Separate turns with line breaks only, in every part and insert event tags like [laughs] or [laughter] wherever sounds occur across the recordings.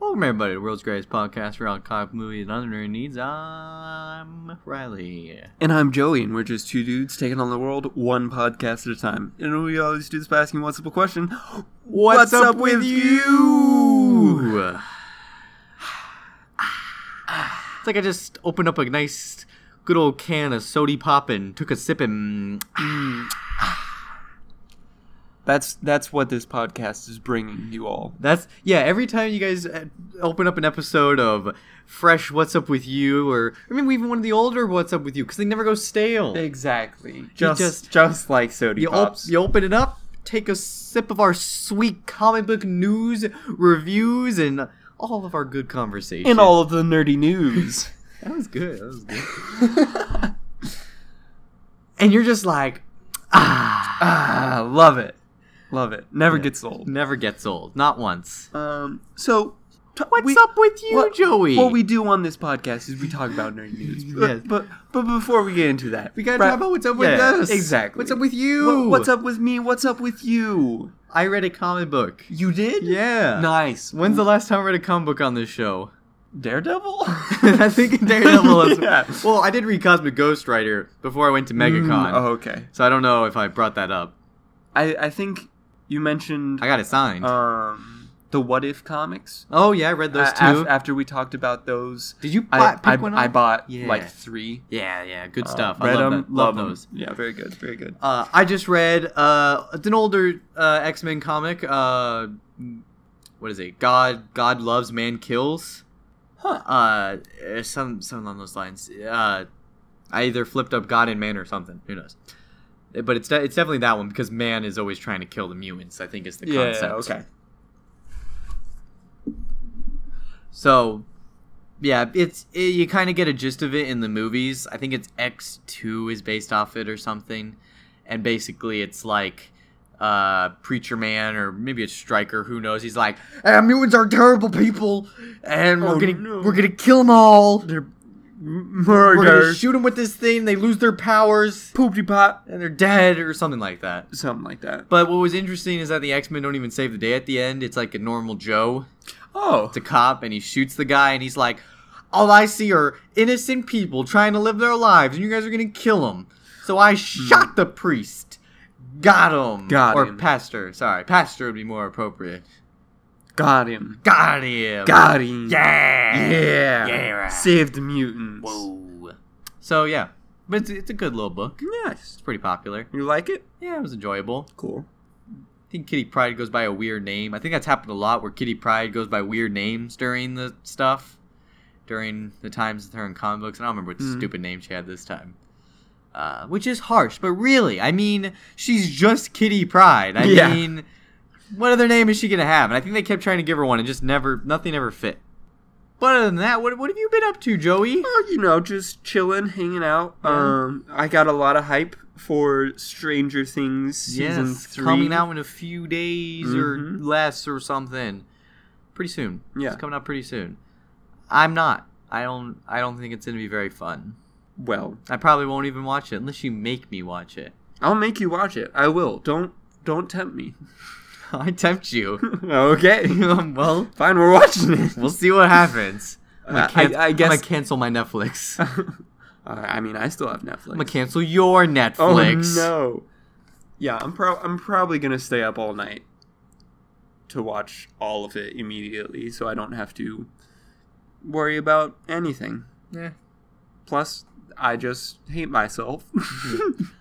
Welcome everybody to the World's Greatest Podcast for all comic movies and other nerd needs. I'm Riley.
And I'm Joey, and we're just two dudes taking on the world one podcast at a time. And we always do this by asking one simple question What's up with you?
It's like I just opened up a nice, good old can of sody pop and took a sip and
That's that's what this podcast is bringing you all.
That's yeah. Every time you guys uh, open up an episode of fresh "What's Up with You," or I mean, we even one of the older "What's Up with You" because they never go stale.
Exactly. Just
just-
just, like Sody
you, op-
Pops.
you open it up, take a sip of our sweet comic book news reviews, and all of our good conversation.
and all of the nerdy news.
that was good. That was good.
[laughs]
and you're just like, [laughs] ah,
ah, love it. Love it. Never
Yeah.
gets old.
never gets old, not once.
Um, so. t-
What's
we-
up with you,
what-
Joey?
What we do on this podcast is we talk about nerdy
[laughs]
news. But,
Yes.
but but before we get into that,
we gotta
right-
talk about what's up with
yeah,
us.
Exactly.
What's up with you?
Wha- what's up with me? What's up with you?
I read a comic book.
You did?
Yeah.
Nice.
When's the last time I read a comic book on this show? [laughs]
[laughs] Daredevil?
I think Daredevil is.
[laughs] Yeah.
Well, I did read Cosmic Ghost Rider before I went to MegaCon,
Mm, oh, okay.
so I don't know if I brought that up.
I I think you mentioned
I got it signed.
um the What If comics.
oh yeah, I read those
Uh,
two.
af- after we talked about those,
did you buy,
I
pick
I,
one
I
up?
bought
Yeah.
like three.
yeah, yeah, good
uh,
stuff.
read
I love
'em,
that. Love,
'em.
those.
Yeah, very good, very good.
Uh, I just read uh, it's an older uh, X Men comic. Uh, what is it? God, God loves, man kills.
Huh.
Uh, eh, some some along those lines. Uh, I either flipped up God and man or something. Who knows? Eh, But it's de- it's definitely that one because man is always trying to kill the mutants. I think is the
yeah,
concept.
okay.
So, yeah, it's eh, you kind of get a gist of it in the movies. I think it's X two is based off it or something, and basically it's like uh preacher man or maybe it's striker who knows he's like eh, mutants are terrible people and we're
Oh,
gonna
no.
we're gonna kill them all
They're
we're gonna
murder.
shoot them with this thing they lose their powers
Poopty pop.
and they're dead or something like that
Something like that.
but what was interesting is that the x-men don't even save the day at the end it's like a normal joe
Oh.
the cop and he shoots the guy and he's like all i see are innocent people trying to live their lives and you guys are gonna kill them so i shot the priest got him
Hmm. Got
or
him.
pastor sorry pastor would be more appropriate
Got him.
got him
Got him.
yeah
Yeah.
Yeah, right.
Saved the mutants.
whoa so yeah but it's, it's a good little book
Nice.
it's pretty popular
You like it?
yeah it was enjoyable
Cool.
i think kitty pride goes by a weird name i think that's happened a lot where kitty pride goes by weird names during the stuff during the times with her in comic books. And I don't remember what
Mhm.
stupid name she had this time. Uh, which is harsh, but really, I mean, she's just Kitty Pride. I
Yeah.
mean, what other name is she gonna have? And I think they kept trying to give her one, and just never, nothing ever fit. But other than that, what what have you been up to, Joey?
Well, you know, just chilling, hanging out.
Yeah.
Um, I got a lot of hype for Stranger Things season
Yes,
three.
coming out in a few days or
Mhm.
less or something. Pretty soon.
Yeah.
it's coming out pretty soon. I'm not. I don't. I don't think it's gonna be very fun.
Well,
I probably won't even watch it unless you make me watch it. [laughs]
I'll make you watch it. I will. Don't don't tempt me. [laughs]
I tempt you. [laughs]
okay.
Um, well,
Fine, we're watching it.
we'll see what happens. I'm gonna
Uh,
can-
[laughs] I- I guess-
I'm gonna cancel my Netflix. [laughs] I'm
Uh, [laughs] I mean, I still have Netflix.
gonna cancel your
oh
Netflix.
no. Yeah, I'm pro- I'm probably gonna stay up all night to watch all of it immediately, so I don't have to worry about anything.
Yeah.
Plus, I just hate myself.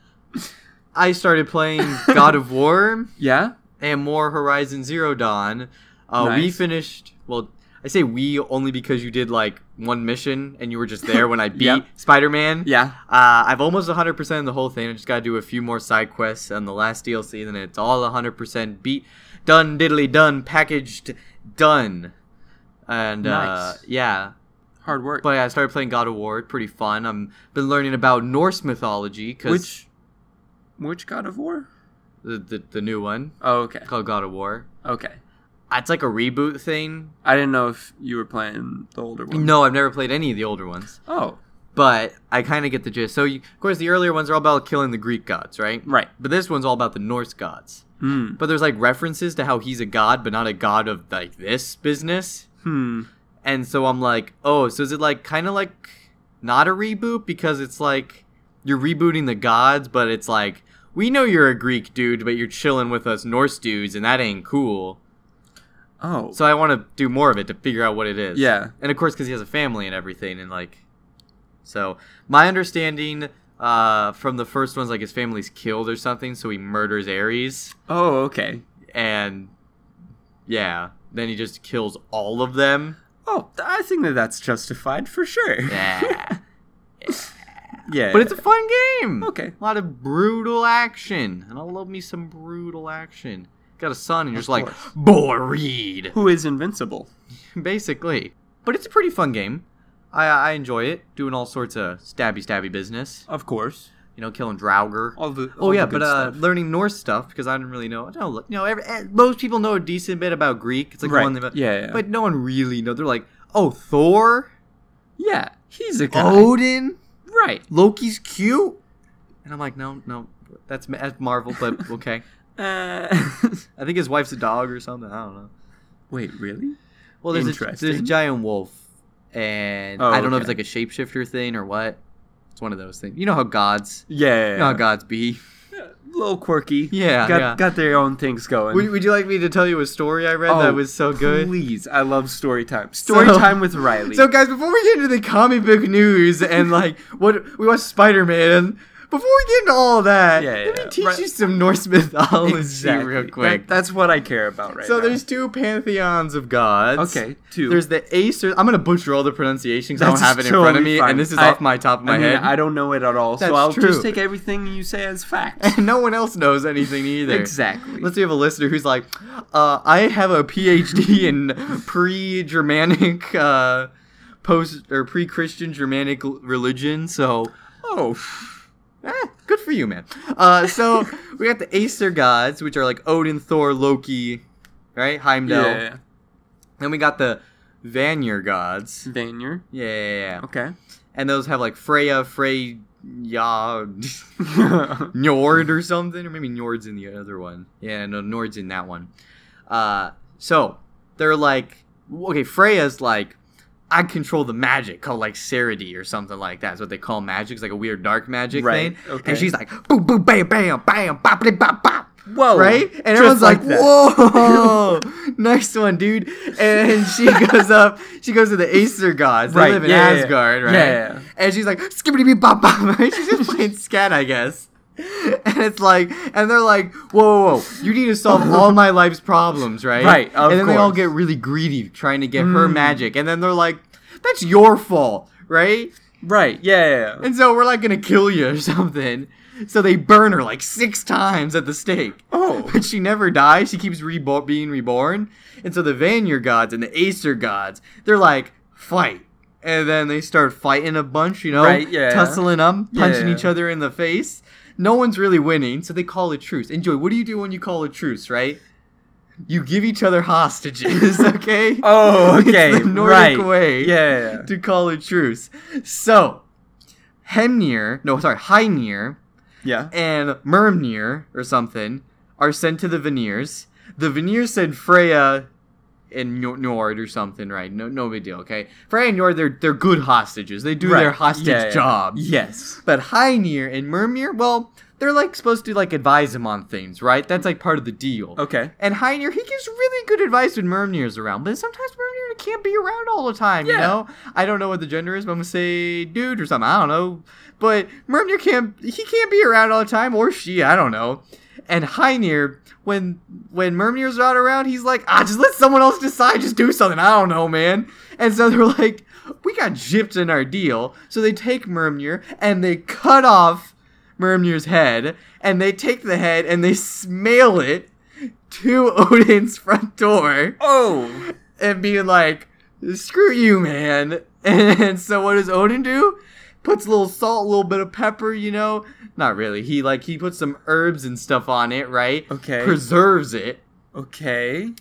[laughs]
I started playing God of War
yeah.
and more Horizon Zero Dawn. Uh, We
Nice.
finished. Well, I say we only because you did like one mission and you were just there when
[laughs]
I beat
Yep.
Spider Man.
Yeah.
Uh, I've almost 100% in the whole thing. I just got to do a few more side quests on the last DLC, and then it's all 100% beat, done, diddly done, packaged, done. And uh,
Nice.
yeah,
Hard work.
but I started playing God of War. Pretty fun. I'm been learning about Norse mythology because
which which God of War?
the, the the new one
Oh, okay.
called God of War.
Okay.
It's like a reboot thing.
I didn't know if you were playing the older one.
No, I've never played any of the older ones,
Oh,
but I kind of get the gist. So, you, of course, the earlier ones are all about killing the Greek gods, right?
right.
But this one's all about the Norse gods.
Hmm.
But there's like references to how he's a god, but not a god of like this business.
Hmm.
And so I'm like, oh, so is it like kind of like not a reboot because it's like you're rebooting the gods, but it's like we know you're a Greek dude, but you're chilling with us Norse dudes, and that ain't cool.
Oh.
So I want to do more of it to figure out what it is.
yeah.
and of course because he has a family and everything, and like, so my understanding uh, from the first one's like his family's killed or something, so he murders Ares,
Oh, okay.
and yeah, then he just kills all of them.
[laughs] Oh, th- I think that that's justified for sure.
Yeah.
yeah.
But it's a fun game.
okay.
A lot of brutal action. And I love me some brutal action. Got a son and you're
Of
just like,
course.
bored.
Who is invincible?
Basically. But it's a pretty fun game. I, I enjoy it. Doing all sorts of stabby stabby business.
Of course.
You know, killing Draugr.
All the.
oh,
all
yeah,
the good
but uh,
stuff.
learning Norse stuff because I didn't really know. I don't know, you know every, eh, most people know a decent bit about Greek. It's like
right.
the one thing about.
yeah, yeah.
But no one really knows. They're like, oh, Thor?
yeah, he's a guy.
Oh. Odin?
right.
Loki's cute. And I'm like, no, no, that's, Ma- that's Marvel,
[laughs]
but okay.
Uh, [laughs]
I think his wife's a dog or something. I don't know.
wait, really?
Well, there's a,
Interesting.
there's a giant wolf, and
Oh,
I don't know if it's
okay.
like a shapeshifter thing or what. It's one of those things. You know how gods,
Yeah.
you know how gods be.
little quirky.
Oh, Yeah,
got
yeah.
got their own things going.
Would, would you like me to tell you a story I read
Oh,
that was so good?
Please, I love story time. Story
So-
time with
[laughs]
Riley.
So, guys, before we get into the comic book news and like [laughs] what we watch Spider Man, and before we get into all that,
Yeah,
let me
yeah,
teach
right.
you some Norse mythology
exactly.
real
That-
quick.
that's what I care about right
so
now.
there's two pantheons of gods.
okay two.
There's the Acer. I'm gonna butcher all the pronunciations. 'cause I
That's
don't have it in
totally
front of me,
fine.
and this is
I-
off my top of my
I mean,
head.
I don't know it at all,
That's
so I'll
true.
just take everything you say as fact.
[laughs] and no one else knows anything either.
Exactly.
Let's say we have a listener who's like, uh, I have a PhD in pre-Germanic, [laughs] uh, post or pre-Christian Germanic l- religion. So,
oh,
eh, good for you, man. Uh, so we got the Acer gods, which are like Odin, Thor, Loki, right? Heimdall.
yeah.
Then we got the Vanir
Mm.
gods.
Vanier.
Yeah, yeah, yeah. [laughs]
Okay. [laughs]
and those have like Freya, [laughs] Freya, [laughs] Njord or something, or maybe Njord's in the other one. Yeah, no, Njord's in that one. Uh, so they're like, okay, Freya's like, I control the magic called like Serity or something like that. That's what they call magic. It's like a weird dark magic
Right,
thing.
okay.
And she's like, boom, boom, bam, bam, bam, bop, bop, bop, bop
Whoa.
right? And
Oh, Just
everyone's like,
that.
"Whoa, [laughs] nice one, dude!" And
[laughs]
she goes up, she goes to the Acer gods. They
Right,
live in
yeah, yeah, yeah.
Asgard, right?
Yeah, yeah.
And she's like, "Skibbity bee bop bop." [laughs] Right? She's just playing scat, I guess. [laughs] And it's like, and they're like, "Whoa, whoa, whoa! You need to solve all my life's problems, right?"
Right, of
and then they all
course.
get really greedy trying to get her
Mm.
magic, and then they're like, "That's your fault, right?"
Right. Yeah. yeah, yeah.
And so we're like gonna kill you or [laughs] something. So they burn her like six times at the stake.
Oh.
But she never dies. She keeps rebo- being reborn. And so the Vanir gods and the Aesir gods, they're like, fight. And then they start fighting a bunch, you know,
Right, yeah.
tussling them, punching
Yeah.
each other in the face. No one's really winning, so they call a truce. Enjoy. What do you do when you call a truce, right? You give each other hostages, [laughs] okay? [laughs]
[laughs] Oh. Okay.
It's the Nordic
right.
way.
Yeah. yeah, yeah.
to call a truce. So, Hemnir, no, sorry, Hynir,
Yeah.
and Myrmnir or something are sent to the Veneers. The Veneers send Freya and Nj- Njord or something, right? No, no big deal. Okay, Freya and Njord, they're they're good hostages. They do
Right.
their hostage
Yeah, yeah.
job.
Yes.
But Hynir and Myrmnir, well, they're like supposed to like advise him on things, right? That's like part of the deal.
Okay.
And Heinir, he gives really good advice when Myrmnir's around, but sometimes Myrmnir can't be around all the time, you
Yeah.
know? I don't know what the gender is, but I'm gonna say dude or something, I don't know. But Myrmnir can't he can't be around all the time, or she, I don't know. And Heinir, when when Myrmnir's not around, he's like, ah, just let someone else decide, just do something, I don't know, man. And so they're like, we got gypped in our deal, so they take Myrmnir and they cut off Myrmnir's head, and they take the head and they smail it to [laughs] Odin's front door
Oh.
and being like, screw you, man. [laughs] And so what does Odin do? Puts a little salt, a little bit of pepper, you know? Not really. He like he puts some herbs and stuff on it, right?
Okay.
Preserves it.
okay.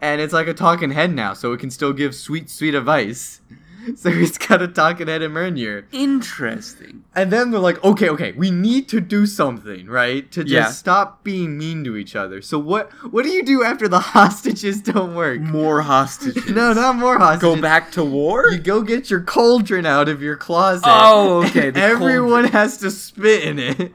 And it's like a talking head now, so it can still give sweet, sweet advice. [laughs] So he's got to talk it at him earlier.
Interesting.
And then they're like, okay, okay, we need to do something, right? To just
Yeah.
stop being mean to each other. So what what do you do after the [laughs] hostages don't work?
More hostages.
[laughs] No, not more hostages.
Go back to war?
[laughs] You go get your cauldron out of your closet.
Oh, okay,
and [laughs]
the
Everyone
cauldron.
has to spit in it.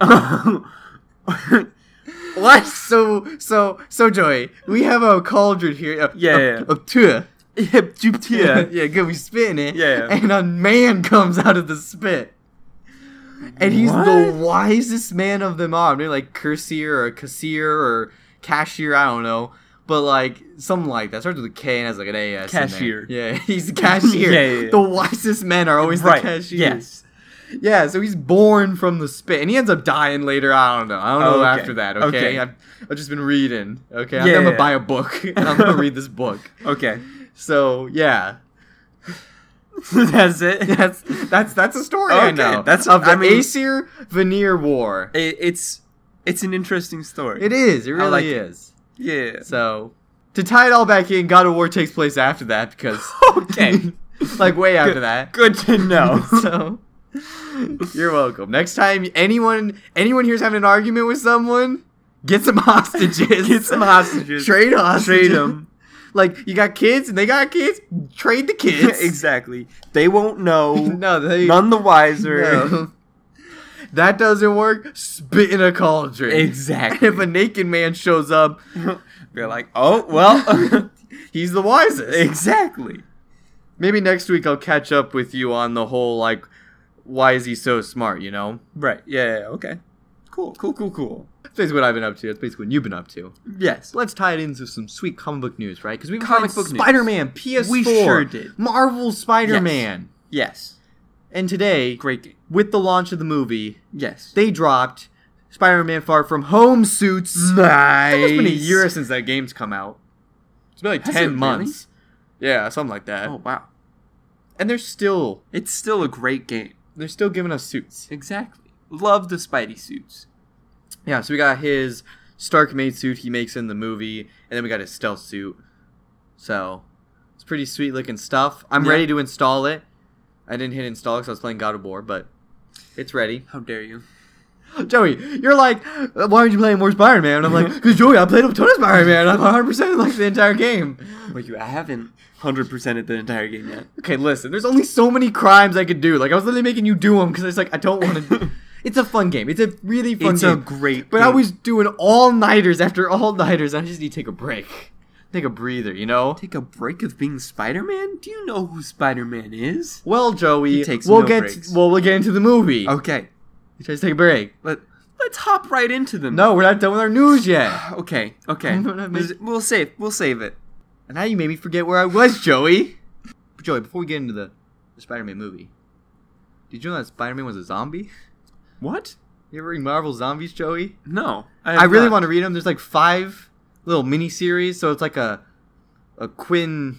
what?
So, so, so, Joey, we have a cauldron here. A,
Yeah,
a,
yeah, yeah.
a tuh.
Yeah.
yeah, good. We spit in it.
Yeah, yeah.
And a man comes out of the spit. And he's the
What?
wisest man of them all. They're like Cursir or Kassir or Cashier, I don't know. But like something like that. Starts with a K and has like an AS. in there.
Cashier.
Yeah, [laughs] he's a cashier.
[laughs] Yeah, yeah, yeah.
The wisest men are always
right.
the cashiers.
Yes.
Yeah, so he's born from the spit, and he ends up dying later. I don't know. I don't know
Oh, okay.
after that. Okay,
Okay.
I've, I've just been reading. Okay, I'm
Yeah,
gonna
yeah.
buy a book [laughs] and I'm gonna read this book.
Okay. [laughs]
So yeah,
That's it.
that's that's that's a story I
Okay,
know.
that's-
of the
I mean-
Aesir Veneer War.
It- it's it's an interesting story.
It is. It really
like it.
is.
Yeah.
So to tie it all back in, God of War takes place after that because
[laughs] Okay.
[laughs] like way after
Good-
that.
Good to know.
[laughs] so you're welcome. Next time anyone anyone here's having an argument with someone, get some [laughs] hostages.
Get some hostages.
Trade hostages.
Trade them.
[laughs] Like you got kids and they got kids. Trade the kids.
[laughs] exactly. They won't
[laughs]
know.
No, they [laughs]
None the wiser.
no. [laughs] That doesn't work. Spit in a cauldron.
[laughs]
[laughs]
Exactly.
If a naked man shows up,
They're like, oh [laughs] well.
[laughs] he's the wisest.
exactly.
Maybe next week I'll catch up with you on the whole like, why is he so smart? You know,
Right. Yeah. yeah, Okay. Cool. Cool. Cool. Cool.
that's basically what I've been up to. That's basically what you've been up to.
Yes.
So let's tie it into some sweet comic book news, right? Because we've
Comic
comic book
book news.
Spider-Man PS4,
We sure did.
Marvel Spider-Man,
Yes.
and today
Great game.
with the launch of the movie,
Yes.
they dropped Spider-Man Far From Home suits.
nice.
It's been a year since that game's come out. It's been like
Has it
ten
really?
months. Yeah, something like that.
Oh wow.
And they're still
It's still a great game.
they're still giving us suits.
Exactly. Love the Spidey suits.
Yeah, so we got his Stark made suit he makes in the movie, and then we got his stealth suit. So it's pretty sweet looking stuff. I'm
Yeah.
ready to install it. I didn't hit install because I was playing God of War, but it's ready.
How dare you?
[gasps] Joey, you're like, why aren't you playing more Spider Man? I'm [laughs] like, because Joey, I played a ton of Spider Man. I'm 100% like the entire game.
Like you, I haven't hundred percented the entire game yet.
Okay, listen, there's only so many crimes I could do. Like, I was literally making you do them because it's like, I don't want
[laughs]
to. it's a fun game. It's a really fun
It's
game.
a great.
But
game.
I was doing all nighters after all nighters. I just need to take a break, take a breather, you know.
take a break of being Spider-Man. Do you know who Spider-Man is?
Well, Joey,
He takes
we'll
no
get
breaks. Oh.
well, we'll get into the movie.
Okay,
He tries to take a break.
let let's hop right into them.
No, we're not done with our news yet. [sighs]
Okay. Okay. [laughs]
I'm gonna make-
We'll save. We'll save it.
And now you made me forget where I was, Joey. But Joey, before we get into the, the Spider-Man movie, did you know that Spider-Man was a zombie? [laughs]
What?
You ever read Marvel Zombies, Joey?
No.
I really want to read them. There's like five little mini series, so it's like a a quin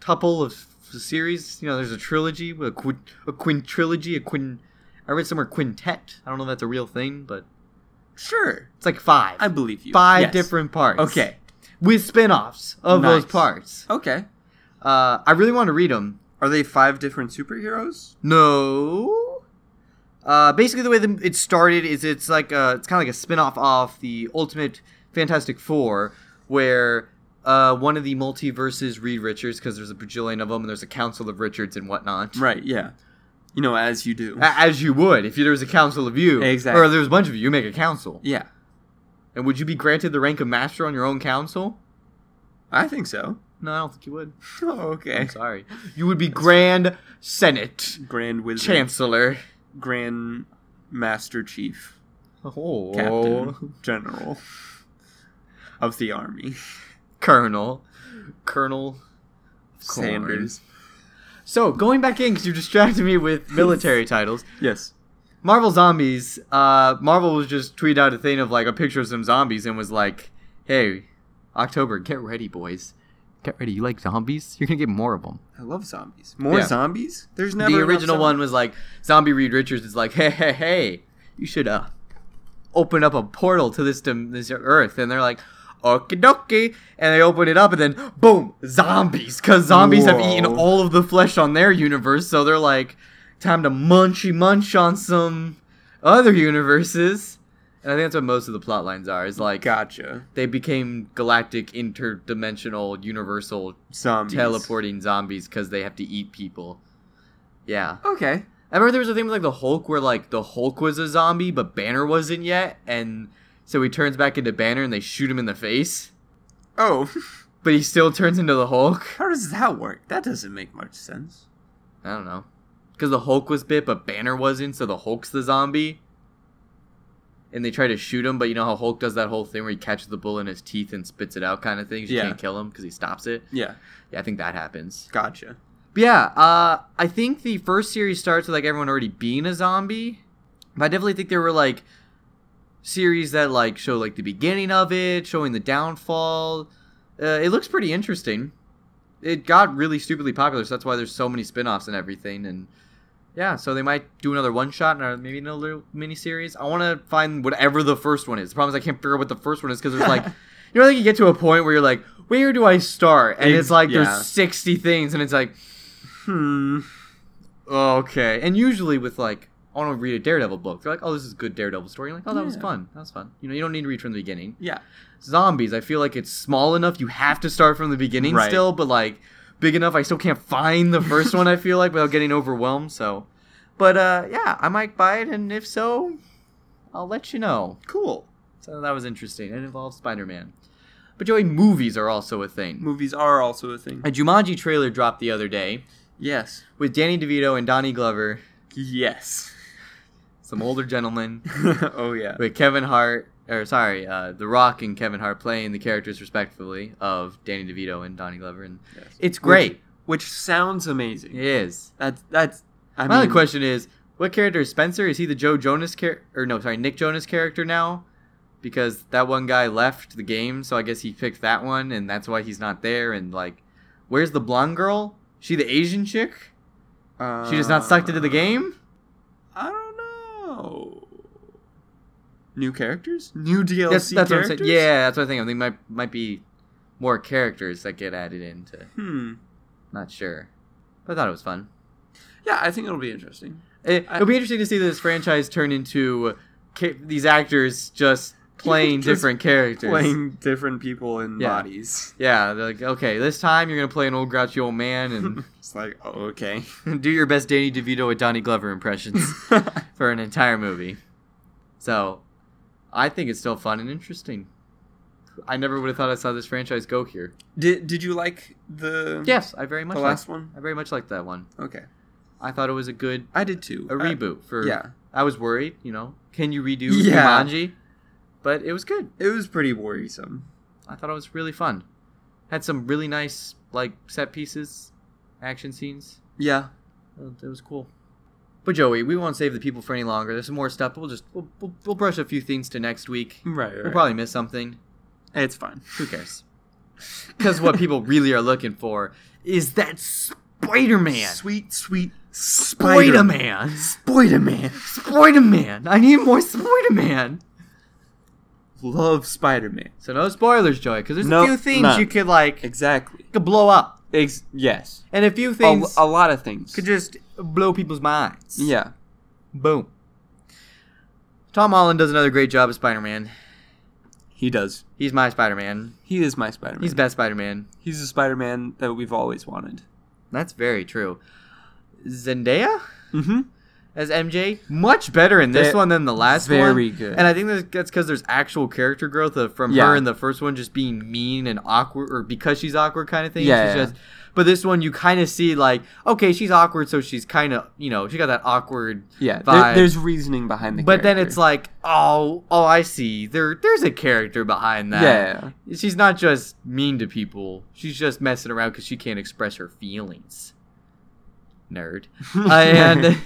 tuple of s- series. You know, there's a trilogy, a quin a quintrilogy, a quin. I read somewhere quintet. I don't know if that's a real thing, but
Sure.
it's like five,
I believe you.
five
Yes.
different parts.
Okay.
with spin-offs of those
Nice.
parts.
Okay.
Uh, I really want to read them.
Are they five different superheroes?
No. Uh, basically, the way the, it started is it's like a, it's kind of like a spin-off off the Ultimate Fantastic Four, where uh, one of the multiverses, Reed Richards, because there's a bajillion of them, and there's a Council of Richards and whatnot.
Right. Yeah. Ah. You know, as you do.
A- As you would if there was a council of you,
Exactly.
or there's a bunch of you, you make a council.
yeah.
And would you be granted the rank of master on your own council?
I think so.
No, I don't think you would.
[laughs] Oh, okay. [laughs]
I'm sorry. You would be Grand Senate
Grand Wizard.
Chancellor.
Grand Master Chief.
Oh,
Captain. [laughs] General. Of the army.
Colonel. Colonel Corn.
Sanders.
So going back in because you distracted me with military titles.
Yes.
Marvel Zombies. Uh, Marvel was just tweeted out a thing of like a picture of some zombies and was like, "Hey, October, get ready, boys. Get ready. You like zombies? You're gonna get more of them."
I love zombies. More
Yeah.
zombies? There's never
the
enough
original
zombies.
one was like zombie Reed Richards is like, "Hey, hey, hey, you should uh, open up a portal to this dim- this Earth," and they're like, okie dokie. And they open it up, and then boom, zombies. Because zombies have eaten
Whoa.
all of the flesh on their universe, so they're like, time to munchy munch on some other universes. And I think that's what most of the plot lines are. Is like
Gotcha.
they became galactic, interdimensional, universal
Zombies.
teleporting zombies because they have to eat people. Yeah.
Okay.
I remember there was a thing with like the Hulk where like the Hulk was a zombie but Banner wasn't yet, and so he turns back into Banner and they shoot him in the face,
Oh, [laughs]
but he still turns into the Hulk.
how does that work? That doesn't make much sense.
I don't know, because the Hulk was bit but Banner wasn't, so the Hulk's the zombie. And they try to shoot him, but you know how Hulk does that whole thing where he catches the bull in his teeth and spits it out, kind of thing. You
Yeah.
can't kill him because he stops it.
Yeah.
Yeah, I think that happens.
Gotcha.
But yeah, uh, I think the first series starts with like everyone already being a zombie, but I definitely think there were like series that like show like the beginning of it, showing the downfall. Uh, it looks pretty interesting. It got really stupidly popular, so that's why there's so many spin-offs and everything. And yeah, so they might do another one shot and uh, maybe another mini series. I want to find whatever the first one is. The problem is I can't figure out what the first one is because there's like,
[laughs]
you know, like you get to a point where you're like, where do I start? And it's
Ex-
like
yeah.
there's 60 things, and it's like,
Hmm.
Oh, Okay. And usually with like I want to read a Daredevil book. They're like, "Oh, this is a good Daredevil story." You're like, "Oh, that was
Yeah.
fun. That was fun." You know, you don't need to read from the beginning.
Yeah.
Zombies, I feel like it's small enough you have to start from the beginning
Right.
still, but like big enough I still can't find the first one I feel like without getting overwhelmed, so but uh yeah, I might buy it and if so, I'll let you know.
Cool.
So that was interesting. It involves Spider-Man. But Joey, movies are also a thing.
Movies are also a thing.
A Jumanji trailer dropped the other day
Yes.
with Danny DeVito and Donnie Glover
Yes. [laughs]
some older gentlemen
oh yeah.
with Kevin Hart, or sorry, uh, The Rock and Kevin Hart playing the characters respectively of Danny DeVito and Donnie Glover, and
Yes.
it's great.
Which sounds amazing.
It is.
That's that's. I
My
mean,
other question is, what character is Spencer? Is he the Joe Jonas character, or no, sorry, Nick Jonas character now? Because that one guy left the game, so I guess he picked that one, and that's why he's not there. And like, where's the blonde girl? She the Asian chick?
Uh,
She just not sucked into the game?
I don't know. New characters? New DLC
That's, that's what I'm
characters?
saying. Yeah, that's what I think. I think might might be more characters that get added into.
Hmm.
Not sure. But I thought it was fun.
Yeah, I think it'll be interesting.
It,
I-
it'll be interesting to see this franchise turn into ca- these actors just playing
[laughs] Just
different characters.
Playing different people in
Yeah.
bodies.
Yeah, they're like, okay, this time you're going to play an old grouchy old [laughs] man
It's like, oh,
[laughs]
okay. [laughs]
and do your best Danny DeVito with Donnie Glover impressions for an entire movie. So, I think it's still fun and interesting. I never would have thought I saw this franchise go here.
did Did you like the
Yes, I very much
the
liked,
last one?
I very much liked that one.
Okay,
I thought it was a good
I did too.
a
I-
reboot for
Uh, yeah,
I was worried, you know, can you redo
Yeah.
Jumanji? But it was good.
it was pretty worrisome.
I thought it was really fun. Had some really nice like set pieces, action scenes.
Yeah,
Uh, It was cool. But Joey, we won't save the people for any longer. There's some more stuff. But we'll just we'll, we'll, we'll brush a few things to next week.
right.
We'll probably miss something.
it's fine.
Who cares? Because what
[laughs]
people really are looking for is that Spider Man.
Sweet, sweet
Spider
Spider-Man.
Man.
Spider-Man.
Spider Man. I need more Spider Man.
Love Spider-Man.
So no spoilers, Joey, because there's
Nope,
a few things
none.
you could like
Exactly.
could blow up,
Ex- yes.
and a few
A,
things
a lot of things.
could just blow people's minds.
yeah.
Boom. Tom Holland does another great job as Spider-Man.
He does.
He's my Spider-Man.
He is my Spider-Man.
He's best Spider-Man.
He's a Spider-Man that we've always wanted.
That's very true. Zendaya
Mm-hmm.
as MJ, much better in this
Ve-
one than the last one.
very good.
And I think that's- that's because there's actual character growth of, from
Yeah.
her in the first one just being mean and awkward, or because she's awkward kind of thing.
Yeah,
She's
yeah.
just- but this one, you kind of see like, okay, she's awkward, so she's kind of, you know, she got that awkward
Yeah.
vibe.
There, there's reasoning behind the.
but then
character.
it's like, oh, oh, I see. There, there's a character behind that.
Yeah.
She's not just mean to people. She's just messing around because she can't express her feelings. Nerd. Uh, [laughs]
[laughs]
and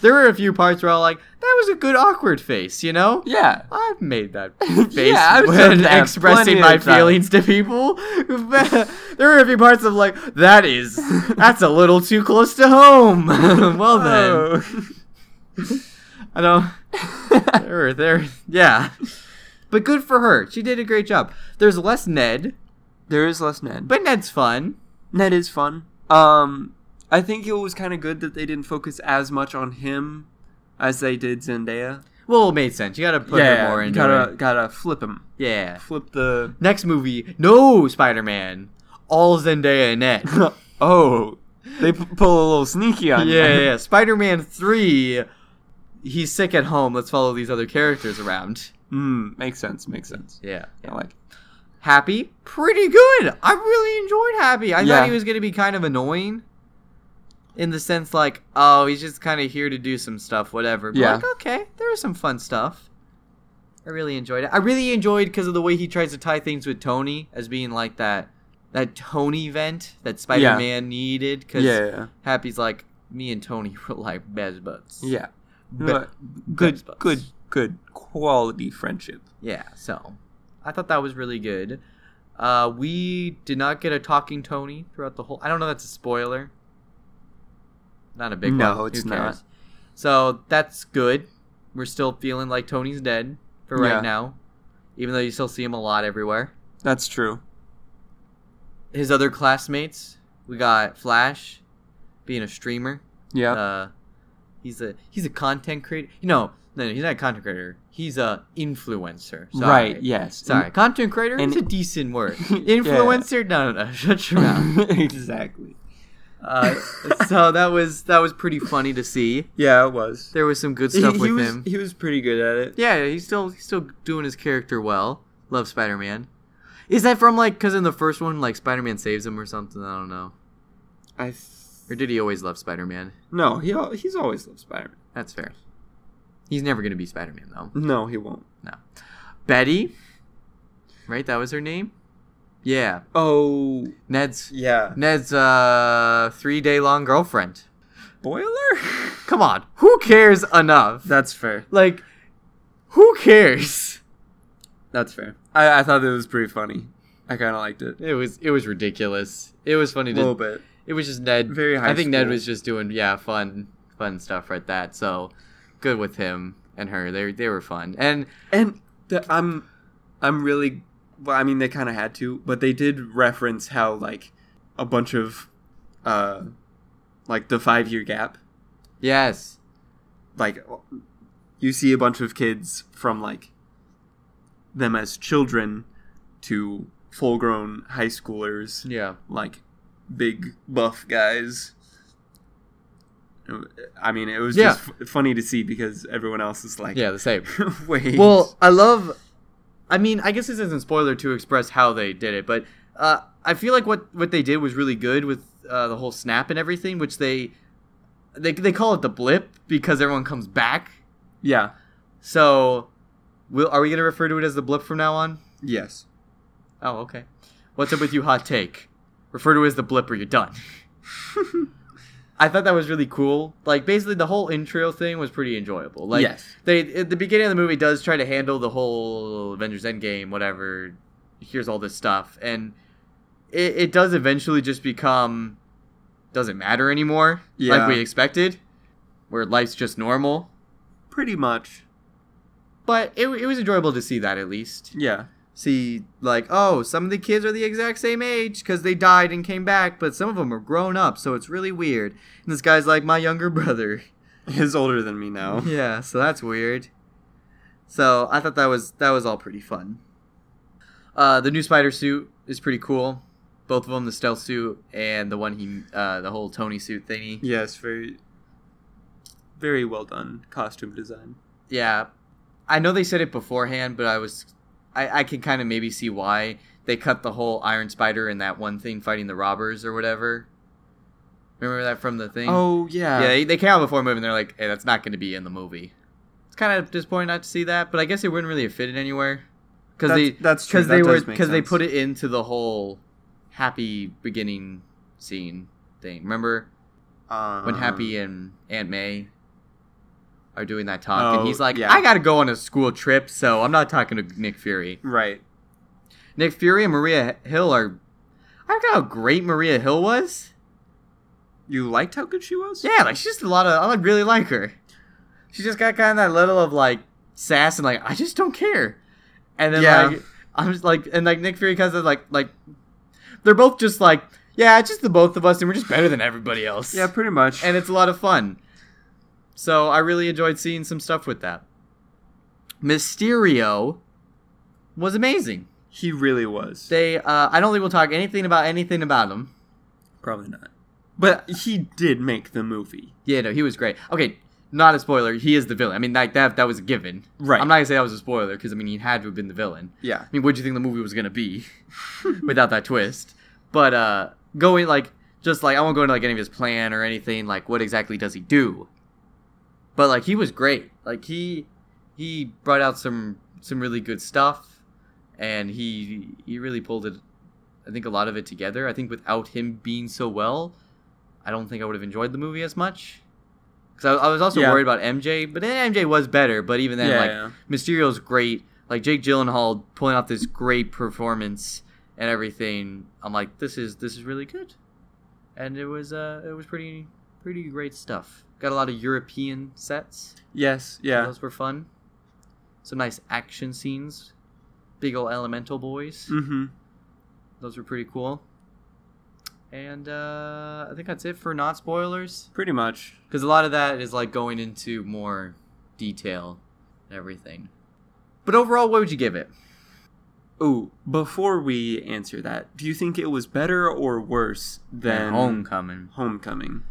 there were a few parts where I was like, that was a good awkward face, you know?
[laughs] yeah.
I've made that
Yeah,
face
I've done
when
that
expressing
plenty
my
of times.
feelings to people. [laughs] there were a few parts of like, that is, that's a little too close to home. [laughs] well then, I don't.
Oh.
[laughs] There, were- there, yeah. But good for her. She did a great job. There's less Ned,
There is less Ned, but
but Ned's fun.
Ned is fun. Um, I think it was kind of good that they didn't focus as much on him as they did Zendaya.
Well, it made sense. You gotta put her more
you
into
gotta
it.
gotta flip him,
Yeah.
flip the. [laughs]
Next movie, no Spider Man. All Zendaya and
[laughs]
Ned.
oh, they p- pull a little sneaky
yeah,
on
yeah,
[laughs] you.
yeah. Spider Man 3, he's sick at home. Let's follow these other characters around.
Mm, makes sense. Makes sense.
Yeah.
I like.
Happy, pretty good. I really enjoyed Happy. I
Yeah.
thought he was going to be kind of annoying in the sense like, oh, he's just kind of here to do some stuff, whatever. But
Yeah.
like, okay, there was some fun stuff. I really enjoyed it. I really enjoyed because of the way he tries to tie things with Tony as being like that that Tony vent that Spider-Man needed
Yeah,
cuz
yeah, yeah.
Happy's like me and Tony [laughs] were like best buds.
Yeah.
Be-
But
best
good,
buds.
good, good quality friendship.
Yeah, so I thought that was really good. Uh, we did not get a talking Tony throughout the whole. I don't know. if That's a spoiler. Not a big
No,
one.
it's
Who
not.
cares? So that's good. We're still feeling like Tony's dead for right
Yeah.
now, even though you still see him a lot everywhere.
That's true.
His other classmates, we got Flash, being a streamer.
Yeah.
Uh, he's a he's a content creator. No, no, no, he's not a content creator. He's a influencer. Sorry.
right. Yes.
Sorry,
[laughs]
content creator
Mm. and-
is a decent word.
[laughs] Yeah.
Influencer, no, no, [laughs] no, shut your mouth.
exactly. [laughs]
Uh, so that was that was pretty funny to see.
Yeah, it was.
There was some good stuff
he,
with
was,
him.
He was pretty good at it.
Yeah, he's still he's still doing his character well. Love Spider Man. Is that from like because in the first one like Spider Man saves him or something? I don't know.
I th-
Or did he always love Spider Man?
no, he al- he's always loved Spider
That's fair. He's never gonna be Spider Man though.
Man. No, he won't.
Betty, right? That was her name. Yeah,
Oh,
Ned's
yeah.
Ned's uh three day long girlfriend.
Boiler.
Come on, who cares enough?
That's fair.
Like, who cares?
That's fair. I, I thought it was pretty funny. I kind of liked it
It was it was ridiculous. It was funny.
a
To,
little bit.
it was just Ned.
Very high
I think Ned
school.
was just doing yeah fun fun stuff like that. So good with him and her. They they were fun and
And the, I'm, I'm really. Well, I mean, they kind of had to, but they did reference how like a bunch of, uh, like the five year gap.
yes,
like you see a bunch of kids from like them as children to full grown high schoolers
yeah,
like big buff guys i mean it was
Yeah.
just f- funny to see because everyone else is like
yeah, the same.
[laughs]
[laughs]
wait
Well, I love. I mean, I guess this isn't spoiler to express how they did it, but uh, I feel like what what they did was really good with uh, the whole snap and everything, which they they they call it the blip because everyone comes back.
yeah
So, will are we gonna refer to it as the blip from now on?
yes
Oh, okay. What's up with you, hot take? Refer to it as the blip or you're
[laughs]
done. I thought that was really cool. Like basically the whole intro thing was pretty enjoyable. Like
Yes.
they at the beginning of the movie does try to handle the whole Avengers Endgame, whatever. Here's all this stuff, and it, it does eventually just become doesn't matter anymore,
Yeah.
like we expected, where life's just normal.
pretty much
But it, it was enjoyable to see that at least.
yeah
See, like, oh, some of the kids are the exact same age because they died and came back, but some of them are grown up, so it's really weird. And this guy's like my younger [laughs] brother.
he's older than me now
Yeah, so that's weird. So I thought that was that was all pretty fun. Uh, the new spider suit is pretty cool. Both of them, the stealth suit and the one he, uh, the whole Tony suit thingy.
yes very very well done costume design
Yeah, I know they said it beforehand, but I was, I, I could kind of maybe see why they cut the whole Iron Spider and that one thing fighting the robbers or whatever. Remember that from the thing?
oh
yeah, they, they came out before a movie, and they're like, "Hey, that's not going to be in the movie." It's kind of disappointing not to see that, but I guess it wouldn't really have fitted anywhere because
That's-
they
that's true.
because
That
they were
does make
because they
sense.
put it into the whole happy beginning scene thing. Remember
um,
when Happy and Aunt May are doing that talk,
Oh,
and he's like,
yeah.
"I got to go on a school trip, so I'm not talking to Nick Fury."
right
Nick Fury and Maria Hill are. I forgot how great Maria Hill was.
You liked how good she was?
Yeah, like she's just a lot of. I like, really like her. She just got kind of that little of like sass and like I just don't care. And then
Yeah.
like I'm just like and like Nick Fury kind of like like they're both just like yeah, it's just the both of us and we're just better than everybody else.
Yeah, pretty much.
And it's a lot of fun. So I really enjoyed seeing some stuff with that. Mysterio was amazing.
he really was.
They uh, I don't think we'll talk anything about anything about him.
Probably not. But he did make the movie.
Yeah, no, he was great. Okay, not a spoiler. He is the villain. I mean, like that that was a given.
Right.
I'm not gonna say that was a spoiler because I mean he had to have been the villain.
Yeah.
I mean, what do you think the movie was gonna be [laughs] without that twist? But uh, going like just like I won't go into like any of his plan or anything. Like what exactly does he do? But like he was great. Like he he brought out some some really good stuff, and he he really pulled it. I think a lot of it together. I think without him being so well, I don't think I would have enjoyed the movie as much. Because I, I was also
Yeah.
worried about MJ, but then MJ was better. But even then,
yeah,
like
yeah.
Mysterio's great. Like Jake Gyllenhaal pulling off this great performance and everything. I'm like, this is this is really good, and it was uh it was pretty pretty great stuff. Got a lot of European sets.
Yes, yeah.
those were fun. Some nice action scenes. Big ol' elemental boys.
Mm-hmm.
Those were pretty cool. And uh, I think that's it for not spoilers,
Pretty much.
because a lot of that is like going into more detail and everything. But overall, what would you give it?
Ooh, before we answer that, do you think it was better or worse
and
than
Homecoming. [sighs]
Homecoming?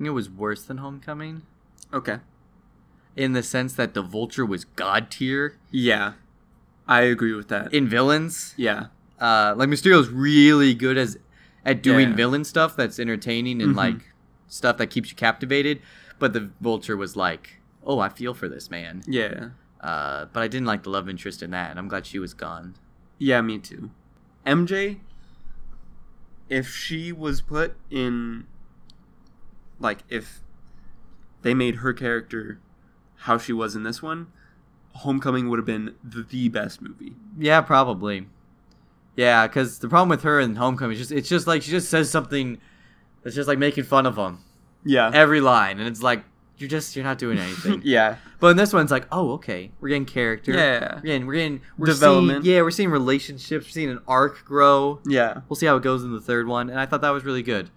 it was worse than Homecoming
Okay.
in the sense that the Vulture was god tier
Yeah. I agree with that.
in villains.
yeah.
Uh, like Mysterio's really good as at doing
Yeah.
villain stuff that's entertaining and
Mhm.
like stuff that keeps you captivated, but the Vulture was like, "Oh, I feel for this man."
Yeah.
Uh, but I didn't like the love interest in that, and I'm glad she was gone.
Yeah, me too. MJ, if she was put in, like, if they made her character how she was in this one, Homecoming would have been the, the best movie.
Yeah, probably. Yeah, because the problem with her in Homecoming is just it's just like she just says something that's just like making fun of him
Yeah.
[laughs] every line, and it's like you're just you're not doing anything.
[laughs] yeah.
But in this one, it's like oh okay, we're getting character.
Yeah.
We're getting we're getting we're
Development.
Seeing, yeah, we're seeing relationships, we're seeing an arc grow.
Yeah.
We'll see how it goes in the third one, and I thought that was really good.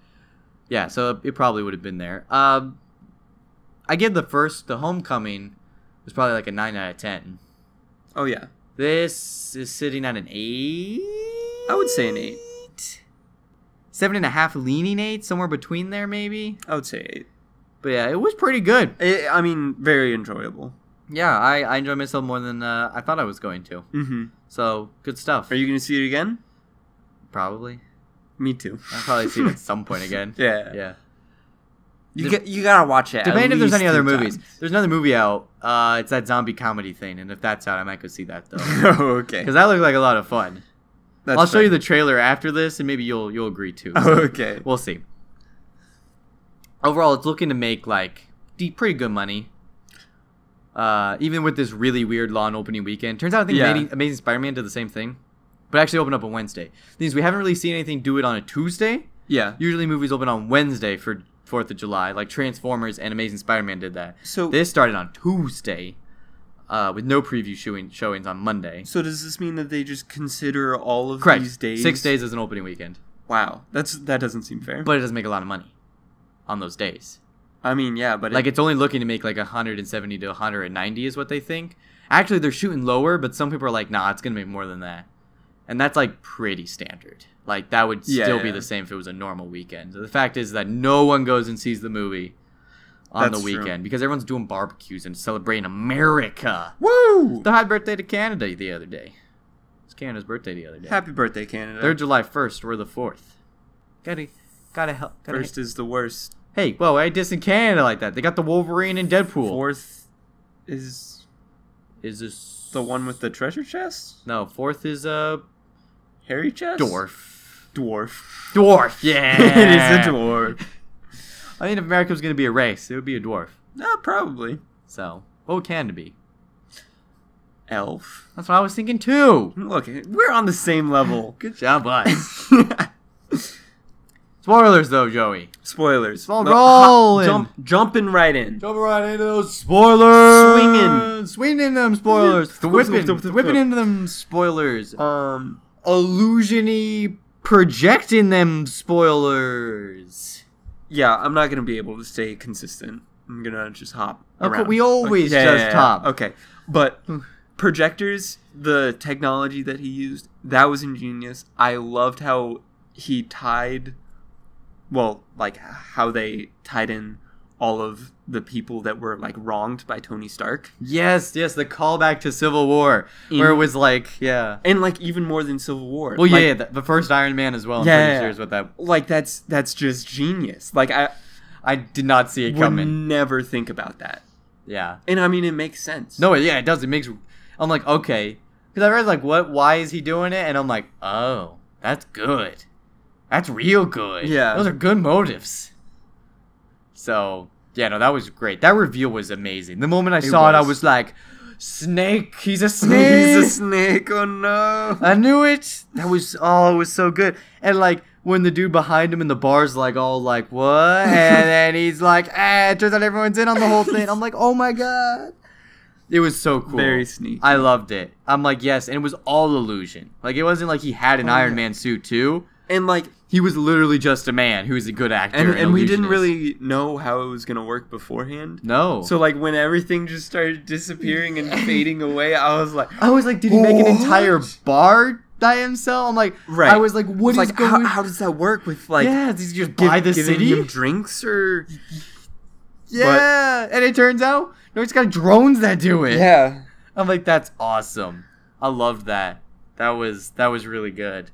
Yeah, so it probably would have been there. Um, I give the first the Homecoming was probably like a nine out of ten.
Oh, yeah.
This is sitting at an eight.
I would say an eight.
Seven and a half, leaning eight, somewhere between there, maybe.
I would say eight.
But yeah, it was pretty good.
I I mean, very enjoyable.
Yeah, I, I enjoyed myself more than uh, I thought I was going to.
Mm-hmm.
So good stuff.
Are you going to see it again?
probably?
Me too.
I'll probably see it at some point again.
[laughs] Yeah.
Yeah.
You, get, you gotta watch it. at
Depending if there's
least
any other
two
movies.
times.
There's another movie out. Uh, it's that zombie comedy thing, and if that's out, I might go see that though. [laughs]
oh, [laughs] okay.
Because that looked like a lot of fun.
That's
I'll show
fair.
you the trailer after this, and maybe you'll you'll agree too.
Oh, [laughs] okay.
We'll see. Overall, it's looking to make like de- pretty good money. Uh, even with this really weird lawn opening weekend, turns out I think
Yeah.
Amazing, Amazing Spider-Man did the same thing, but actually opened up on Wednesday. Things we haven't really seen anything do it on a Tuesday.
Yeah.
Usually movies open on Wednesday for Fourth of July, like Transformers and Amazing Spider-Man did that.
So
This started on Tuesday, uh, with no preview showing, showings on Monday.
So does this mean that they just consider all of
Correct.
these days?
Six days is an opening weekend,
Wow, that's that doesn't seem fair.
but it doesn't make a lot of money on those days.
I mean, yeah, but
like
it,
it's only looking to make like 170 to 190 is what they think actually they're shooting lower but some people are like nah it's gonna be more than that and that's like pretty standard like that would
Yeah,
still be
yeah.
the same if it was a normal weekend the fact is that no one goes and sees the movie on
That's
the
true.
weekend because everyone's doing barbecues and celebrating america
woo!
the high birthday to canada the other day it's canada's birthday the other day
Happy birthday, Canada.
they're july 1st we're the 4th gotta gotta help gotta
First is the worst.
hey whoa i dissed in canada like that they got the wolverine and deadpool
Fourth is
is this
the one with the treasure chest,
No, fourth is a
hairy chest,
dwarf.
dwarf. [laughs]
Dwarf, [laughs] yeah.
it is a dwarf. [laughs]
I mean, if America was going to be a race, it would be a dwarf.
Uh, probably
So, what would Canada be?
elf.
That's what I was thinking too. [laughs]
Look, we're on the same level.
Good job, us. Spoilers though, Joey.
[laughs] Spoilers.
Small
Look,
roll in.
jump, jumping right in.
Jump right into those spoilers.
Swinging.
swinging into them spoilers.
Thwip,
Whipping, [laughs] Uh,
thwip, thwip, thwip,
whipping
thwip.
into them spoilers.
Um,
Illusiony projecting them spoilers.
yeah, I'm not gonna be able to stay consistent. I'm gonna just hop.
Okay,
around.
we always
Okay, yeah,
just
yeah, yeah.
hop. Hmm.
Okay, but projectors, the technology that he used, that was ingenious. I loved how he tied, well, like how they tied in all of the people that were like wronged by Tony Stark.
Yes, yes, the callback to Civil War, where it
In-
was like, yeah.
and like even more than Civil War.
Well, yeah,
Like,
yeah, the, the first Iron Man as well. I'm
Yeah,
pretty
yeah,
sure
yeah.
is what that.
like that's that's just genius. Like I
I did not see it
would
coming.
never think about that.
Yeah.
And I mean, it makes sense.
No, yeah, it does. It makes. I'm like, okay, because I read like, what? Why is he doing it? And I'm like, oh, that's good. That's real good.
Yeah.
those are good motives. So yeah, no, that was great. That reveal was amazing. The moment I
It
saw it, I
was.
was like, snake. He's a snake.
[laughs] he's a snake. Oh no!
I knew it. That was oh, it was so good. And like when the dude behind him in the bar's like all like [laughs] what, and then he's like, ah, it turns out everyone's in on the whole thing. I'm like, oh my god, it was so cool.
Very sneaky.
I loved it. I'm like, yes, and it was all illusion. Like it wasn't like he had an
Oh,
Iron
yeah.
Man suit too.
and like,
He was literally just a man who is a good actor.
and, and we didn't
illusionist.
really know how it was gonna work beforehand.
no.
So like, when everything just started disappearing [laughs] and fading away, I was like,
I was like, did he make an
What?
entire bar by himself? I'm like,
Right.
I was like, what is
it's like
going?
how, how does that work with like
yeah, did he just
give-
buy the
giving
city?
him drinks or
Yeah, and it turns out no, it's got drones that do it.
yeah?
I'm like, that's awesome. I loved that. That was that was really good.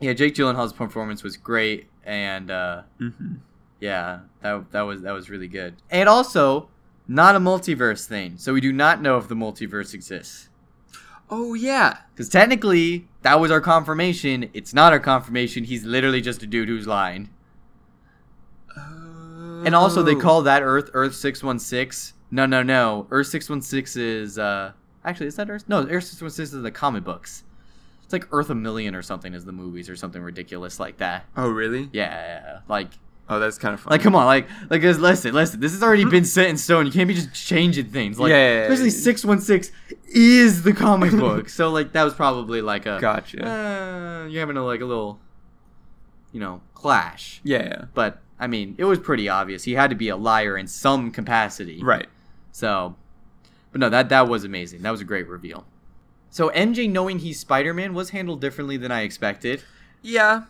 Yeah, Jake Gyllenhaal's performance was great, and uh,
Mm-hmm.
yeah, that that was that was really good. And also, not a multiverse thing, so we do not know if the multiverse exists.
Oh yeah,
Because technically, that was our confirmation. It's not our confirmation. He's literally just a dude who's lying. And also, they
Oh.
call that Earth Earth six one six. No, no, no. Earth six one six is uh actually is that Earth? No, Earth six one six is the comic books. It's like Earth a million or something is the movies or something ridiculous like that.
Oh really?
Yeah, yeah, yeah. like
Oh, that's kind of funny.
like come on, like like guys, listen, listen. This has already been set in stone. You can't be just changing things. Like
Yeah, yeah, yeah.
especially six one six is the comic book. so like that was probably like a
gotcha.
uh, you're having a like a little you know clash
Yeah, yeah.
but I mean, it was pretty obvious. He had to be a liar in some capacity.
Right.
So, but no, that that was amazing. That was a great reveal. So MJ knowing he's Spider-Man was handled differently than I expected.
Yeah.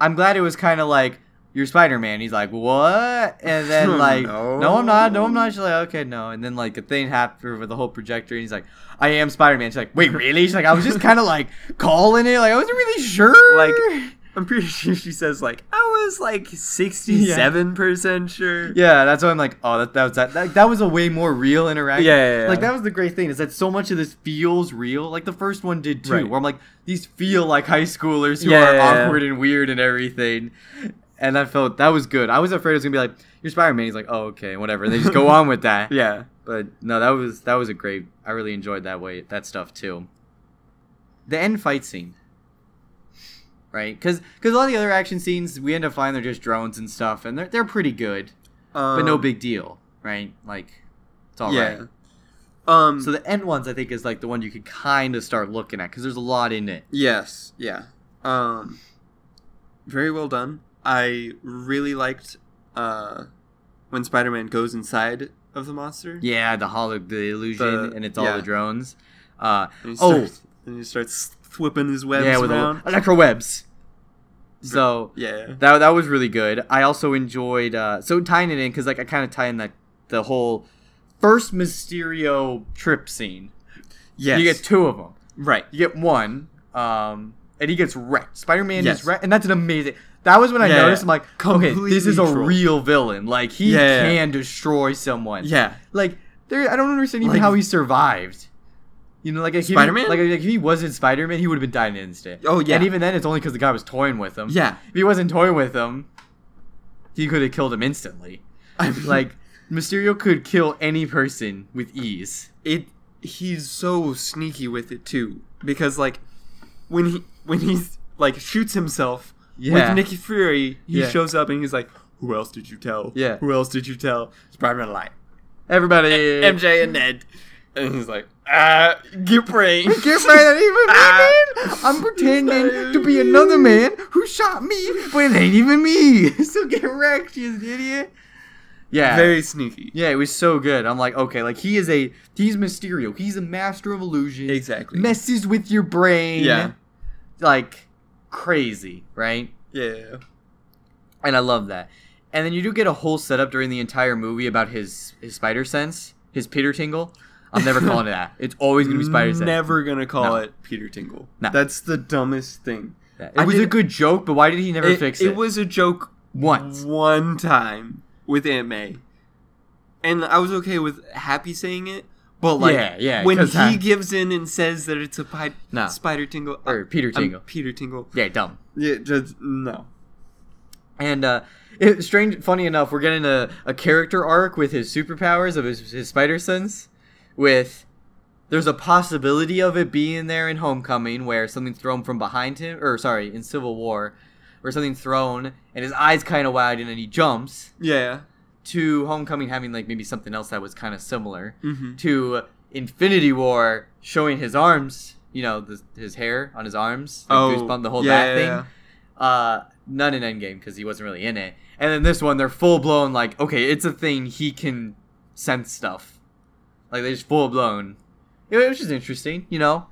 I'm glad it was kind of like you're Spider-Man. He's like, "What?" And
[laughs]
then like, no.
No.
I'm not. No, I'm not." She's like, "Okay, no." And then like a thing happened with the whole projector and he's like, "I am Spider-Man." She's like, "Wait, really?" She's like, "I was just kind of like calling it. Like, I wasn't really sure."
Like- I'm pretty [laughs] sure she says like I was like 67% sure.
Yeah, that's why I'm like, oh, that, that was that, that. That was a way more real interaction.
Yeah, yeah, yeah.
Like that was the great thing is that so much of this feels real. Like the first one did too.
Right.
Where I'm like, these feel like high schoolers who
Yeah,
are
yeah, yeah.
awkward and weird and everything. And I felt that was good. I was afraid it was gonna be like, you're Spider Man. He's like, oh, okay, whatever. And they just
[laughs]
go on with that.
Yeah.
But no, that was that was a great. I really enjoyed that way that stuff too. The end fight scene, right? Because because all the other action scenes we end up finding they're just drones and stuff, and they're they're pretty good
Um,
but no big deal, right? Like it's all right.
yeah. Um
So the end ones I think is like the one you could kind of start looking at because there's a lot in it.
yes, yeah. Um very well done. I really liked uh when Spider-Man goes inside of the monster.
Yeah, the hollow, the illusion,
The-
and it's all
yeah.
the drones. Uh,
And he
Oh.
starts, and he starts whipping his webs
yeah, with
around.
the electro webs. So
yeah.
that that was really good. I also enjoyed uh, so tying it in because like I kind of tie in that the whole first Mysterio trip scene.
Yes.
You get two of them.
right.
You get one, um, and he gets wrecked. Spider Man
Yes.
is wrecked, and that's an amazing. That was when I
Yeah,
noticed.
yeah.
I'm like, okay, this
Completely
is a
troll.
real villain. Like he
Yeah, yeah, yeah.
can destroy someone.
Yeah. [laughs]
Like there, I don't understand even
Like-
how he survived. You know, like if he-
Spider-Man?
Like, like, if he wasn't Spider Man, he would have been died in an instant.
Oh, yeah.
And even then, it's only because the guy was toying with him.
Yeah.
If he wasn't toying with him, he could have killed him
[laughs]
instantly.
I mean,
Like Mysterio could kill any person with ease.
it he's so sneaky with it too because like when he when he's like shoots himself
Yeah.
With Nicky Fury, he
Yeah.
shows up and he's like, "Who else did you tell?
Yeah.
Who else did you tell?" It's probably not a lie.
Everybody.
MJ and Ned, and he's like, "Ah, get praying."
[laughs] Guess I ain't even me, man.
Ah.
I'm pretending
Not
to be
even
another
you.
man who shot me, but it ain't even me. [laughs] so get wrecked, you idiot. Yeah.
Very sneaky.
yeah, it was so good. I'm like, okay, like he is a he's Mysterio. He's a master of illusion.
Exactly.
Messes with your brain.
Yeah.
Like crazy, right?
Yeah.
And I love that. And then you do get a whole setup during the entire movie about his his spider sense, his Peter Tingle. I'm never calling it that. It's always gonna be spider sense.
[laughs] Never gonna call
No.
it Peter Tingle.
No.
That's the dumbest thing.
It
I
was a
did-
good joke, but why did he never
it,
fix
it
it?
was a joke
once.
one time with Aunt May, and I was okay with Happy saying it. But like,
Yeah, yeah,
when
'cause
he
I-
gives in and says that it's a pi-
No.
spider tingle
Or
uh,
Peter
I'm
Tingle.
Peter Tingle.
Yeah, dumb.
Yeah, just no.
And uh, it, strange, funny enough, we're getting a, a character arc with his superpowers of his, his spider sense. With there's a possibility of it being there in Homecoming, where something's thrown from behind him, or sorry, in Civil War, where something's thrown and his eyes kind of widen and he jumps.
Yeah.
To Homecoming having like maybe something else that was kind of similar.
Mm-hmm.
to Infinity War showing his arms, you know, the, his hair on his arms, like
Oh,
Goosebump, the whole
yeah,
bat
yeah,
thing.
yeah.
Uh, none in Endgame because he wasn't really in it. And then this one, they're full blown like, okay, it's a thing. He can sense stuff. Like they just full blown. It was just interesting, you know.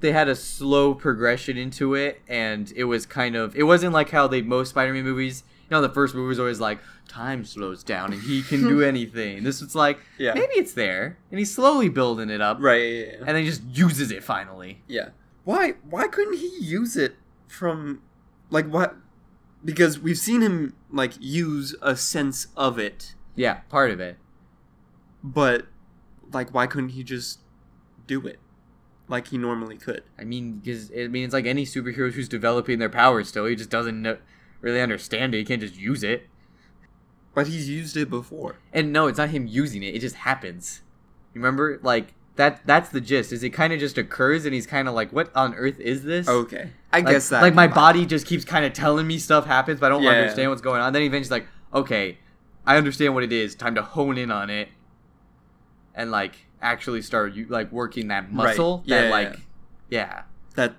They had a slow progression into it, and it was kind of. It wasn't like how they most Spider-Man movies. You know, the first movie was always like time slows down and he can
[laughs]
do anything. This was like
Yeah.
maybe it's there, and he's slowly building it up,
Right. Yeah. yeah, yeah.
and then he just uses it finally.
Yeah. Why why couldn't he use it from like what because we've seen him like use a sense of it,
Yeah, part of it.
but like why couldn't he just do it like he normally could?
I mean, because I mean, it's like any superhero who's developing their powers still. He just doesn't know, really understand it. He can't just use it.
But he's used it before.
And no, it's not him using it. It just happens. You remember, like that. That's the gist. Is it kind of just occurs, and he's kind of like, "What on earth is this?"
Okay. Oh, I
Like-
guess that
Like my body just keeps kind of telling me stuff happens, but I don't
Yeah.
understand what's going on. Then eventually, it's like, okay, I understand what it is. Time to hone in on it, and like actually start you like working that muscle.
Yeah,
that
yeah,
like, yeah.
that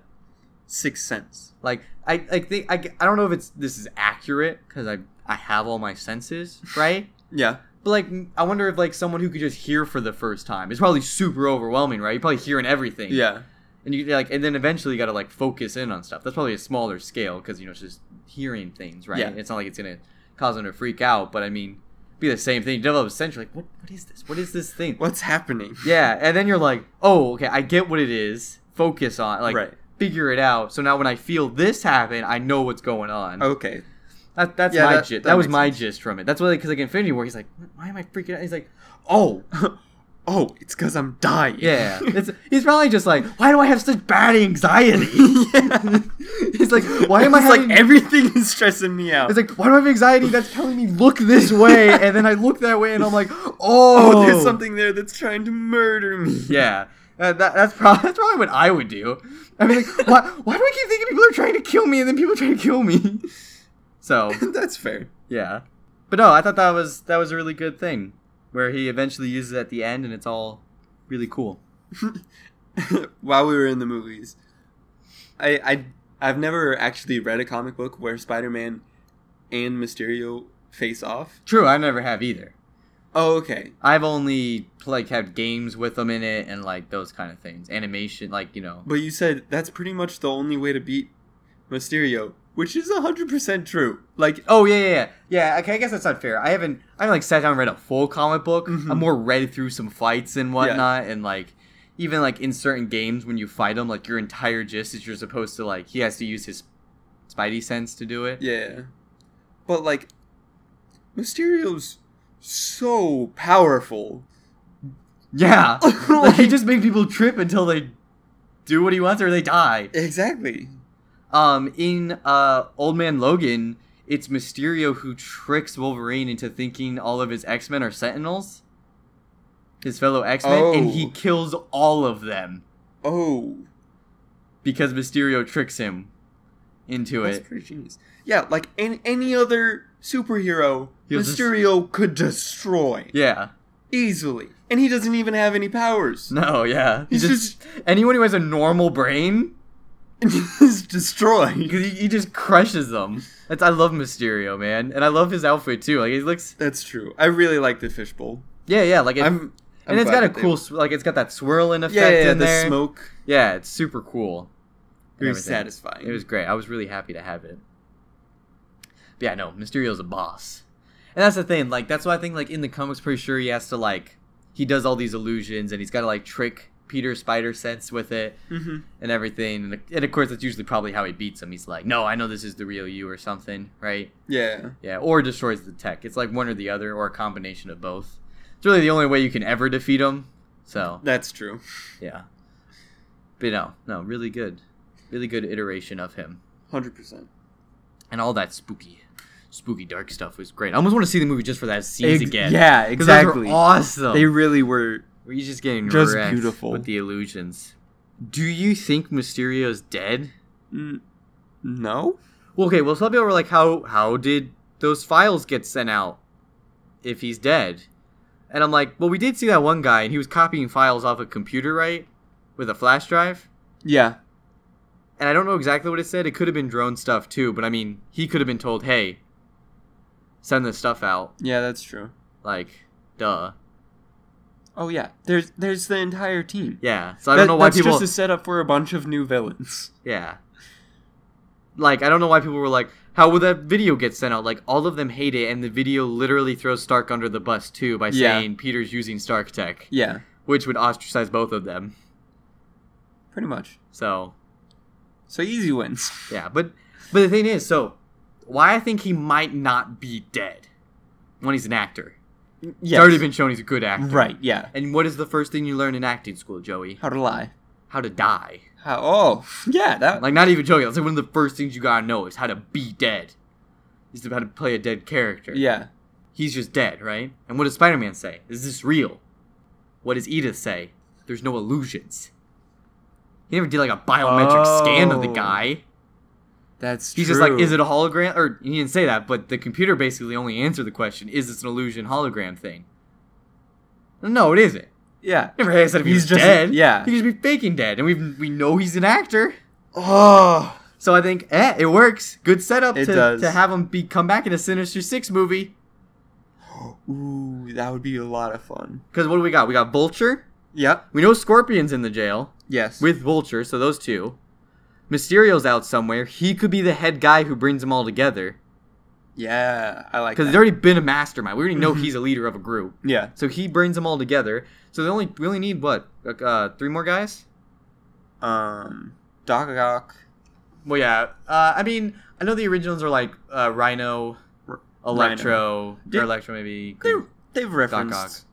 sixth sense.
Like I, I think I, I don't know if it's this is accurate because I I have all my senses right,
Yeah.
but like I wonder if like someone who could just hear for the first time it's probably super overwhelming right. You're probably hearing everything.
Yeah.
and you like and then eventually you got to like focus in on stuff. That's probably a smaller scale because you know it's just hearing things right.
Yeah.
It's not like it's gonna cause them to freak out, but I mean, be the same thing. You develop a sense. You're like, what what is this? What is this thing?
What's happening?
Yeah, and then you're like, oh, okay, I get what it is. Focus on like
Right.
figure it out. So now when I feel this happen, I know what's going on.
Okay. [laughs]
That, that's
Yeah,
my
that-
gist. That,
that
was
makes
my
sense.
gist from it. That's why, because like Infinity War, he's like, why am I freaking out? He's like,
[laughs]
oh
Oh, it's cuz I'm dying. [laughs]
yeah. It's, he's probably just like, why do I have such bad anxiety?
[laughs] Yeah.
he's like, why am I
It's
having?
like everything is stressing me out?
it's like, why do I have anxiety that's telling me look
[laughs]
this way, and then I look that way, and I'm like, oh, [laughs]
oh, there's something there that's trying to murder me.
Yeah. Uh, that, that's, probably, [laughs] that's probably what I would do. I mean, like, why, why do I keep thinking people are trying to kill me and then people try to kill me? [laughs] So,
[laughs] That's fair. [laughs]
yeah. But no, I thought that was that was a really good thing where he eventually uses it at the end and it's all really cool.
While we were in the movies, I, I I've never actually read a comic book where Spider-Man and Mysterio face off.
True, I never have either.
Oh, okay.
I've only like had games with them in it and like those kind of things. Animation, like you know,
But you said that's pretty much the only way to beat Mysterio, which is 100% true. Like
Oh yeah, yeah, yeah. yeah. Okay, I guess that's not fair. I haven't, I haven't like sat down and read a full comic book.
Mhm.
I'm more read through some fights and whatnot, and like even like in certain games when you fight him, like your entire gist is you're supposed to like he has to use his spidey sense to do it.
yeah. But like Mysterio's so powerful.
Yeah, [laughs] like
[laughs] Like-
he just makes people trip until they do what he wants or they die.
Exactly.
Um, in uh, Old Man Logan, it's Mysterio who tricks Wolverine into thinking all of his X Men are Sentinels, his fellow X Men, and
Oh.
he kills all of them
Oh.
because Mysterio tricks him. into
That's
it.
pretty genius. Yeah, like any, any other superhero,
He'll just-
Mysterio could destroy
Yeah.
easily, and he doesn't even have any powers.
No, yeah. He
He's
just, anyone who has a normal brain,
[laughs] He's destroyed.
he, he just crushes them. That's I love Mysterio, man, and I love his outfit too. Like he looks,
That's true. I really like the fishbowl.
yeah, yeah. Like it,
I'm, I'm
and it's
glad
got a
that they-
cool, sw- like it's got that swirling effect
yeah, yeah, yeah,
in
the
there.
smoke.
Yeah, it's super cool. and
Very
everything.
satisfying.
It was great. I was really happy to have it. But yeah, no, Mysterio's a boss. And that's the thing, like that's why I think like in the comics pretty sure he has to like he does all these illusions and he's gotta like trick Peter Spider sense with it
Mhm.
and everything. And, and of course that's usually probably how he beats him. He's like, No, I know this is the real you or something, right?
Yeah.
Yeah. Or destroys the tech. It's like one or the other, or a combination of both. It's really the only way you can ever defeat him. So
That's true.
yeah. But no, no, really good. Really good iteration of him.
100%.
And all that spooky, spooky dark stuff was great. I almost want to see the movie just for that scenes again.
Yeah,
'Cause those were
exactly.
awesome.
They really were.
were just getting
just
wrecked
beautiful.
with the illusions. Do you think Mysterio's dead?
Mm, no?
Well, okay. Well, some people were like, "How how did those files get sent out if he's dead?" And I'm like, "Well, we did see that one guy, and he was copying files off a computer, right, with a flash drive."
Yeah.
and I don't know exactly what it said. It could have been drone stuff too, but I mean, he could have been told, "Hey, send this stuff out."
Yeah, that's true.
Like, duh.
Oh yeah, there's there's the entire team.
Yeah. So I don't know why
that's
people.
just a setup for a bunch of new villains. [laughs]
Yeah. Like, I don't know why people were like, "How would that video get sent out?" Like, all of them hate it, and the video literally throws Stark under the bus too by
Yeah.
saying Peter's using Stark tech,
Yeah,
which would ostracize both of them.
pretty much.
So
So
[laughs]
easy wins.
Yeah, but but the thing is, so why I think he might not be dead when he's an actor. It's
Yes.
already been shown he's a good actor.
Right. Yeah.
And what is the first thing you learn in acting school, Joey?
How to lie?
How to die.
How? Oh, [laughs] yeah. That.
Like not even joking. That's like one of the first things you gotta know is how to be dead. He's about to play a dead character.
yeah.
He's just dead, right? And what does Spider-Man say? Is this real? What does Edith say? There's no illusions. He never did like a biometric scan of the
Oh.
guy.
That's.
He's just like, is it a hologram? Or he didn't say that, but the computer basically only answered the question: Is this an illusion hologram thing? No, it isn't.
Yeah.
Never had said if
He's
he's
just-
dead.
yeah.
he could just be faking dead, and we we know he's an actor.
Oh.
So I think eh, it works. Good setup
It
to
does.
to have him be come back in a Sinister Six movie.
Ooh, that would be a lot of fun.
Because what do we got? We got Vulture.
Yep.
We know Scorpion's in the jail
Yes.
with Vulture, so those two. Mysterio's out somewhere. He could be the head guy who brings them all together.
yeah, I like.
Because
that.
he's already been a mastermind. We already [laughs] know
Mhm.
he's a leader of a group.
Yeah.
So he brings them all together. So they only we only need what like, uh, three more guys.
Um. Doc Ock.
Well, yeah. Uh, I mean, I know the originals are like uh, Rhino,
R-
Electro,
Did-
or Electro maybe.
They
Green-
they've
Doc
referenced.
Ock.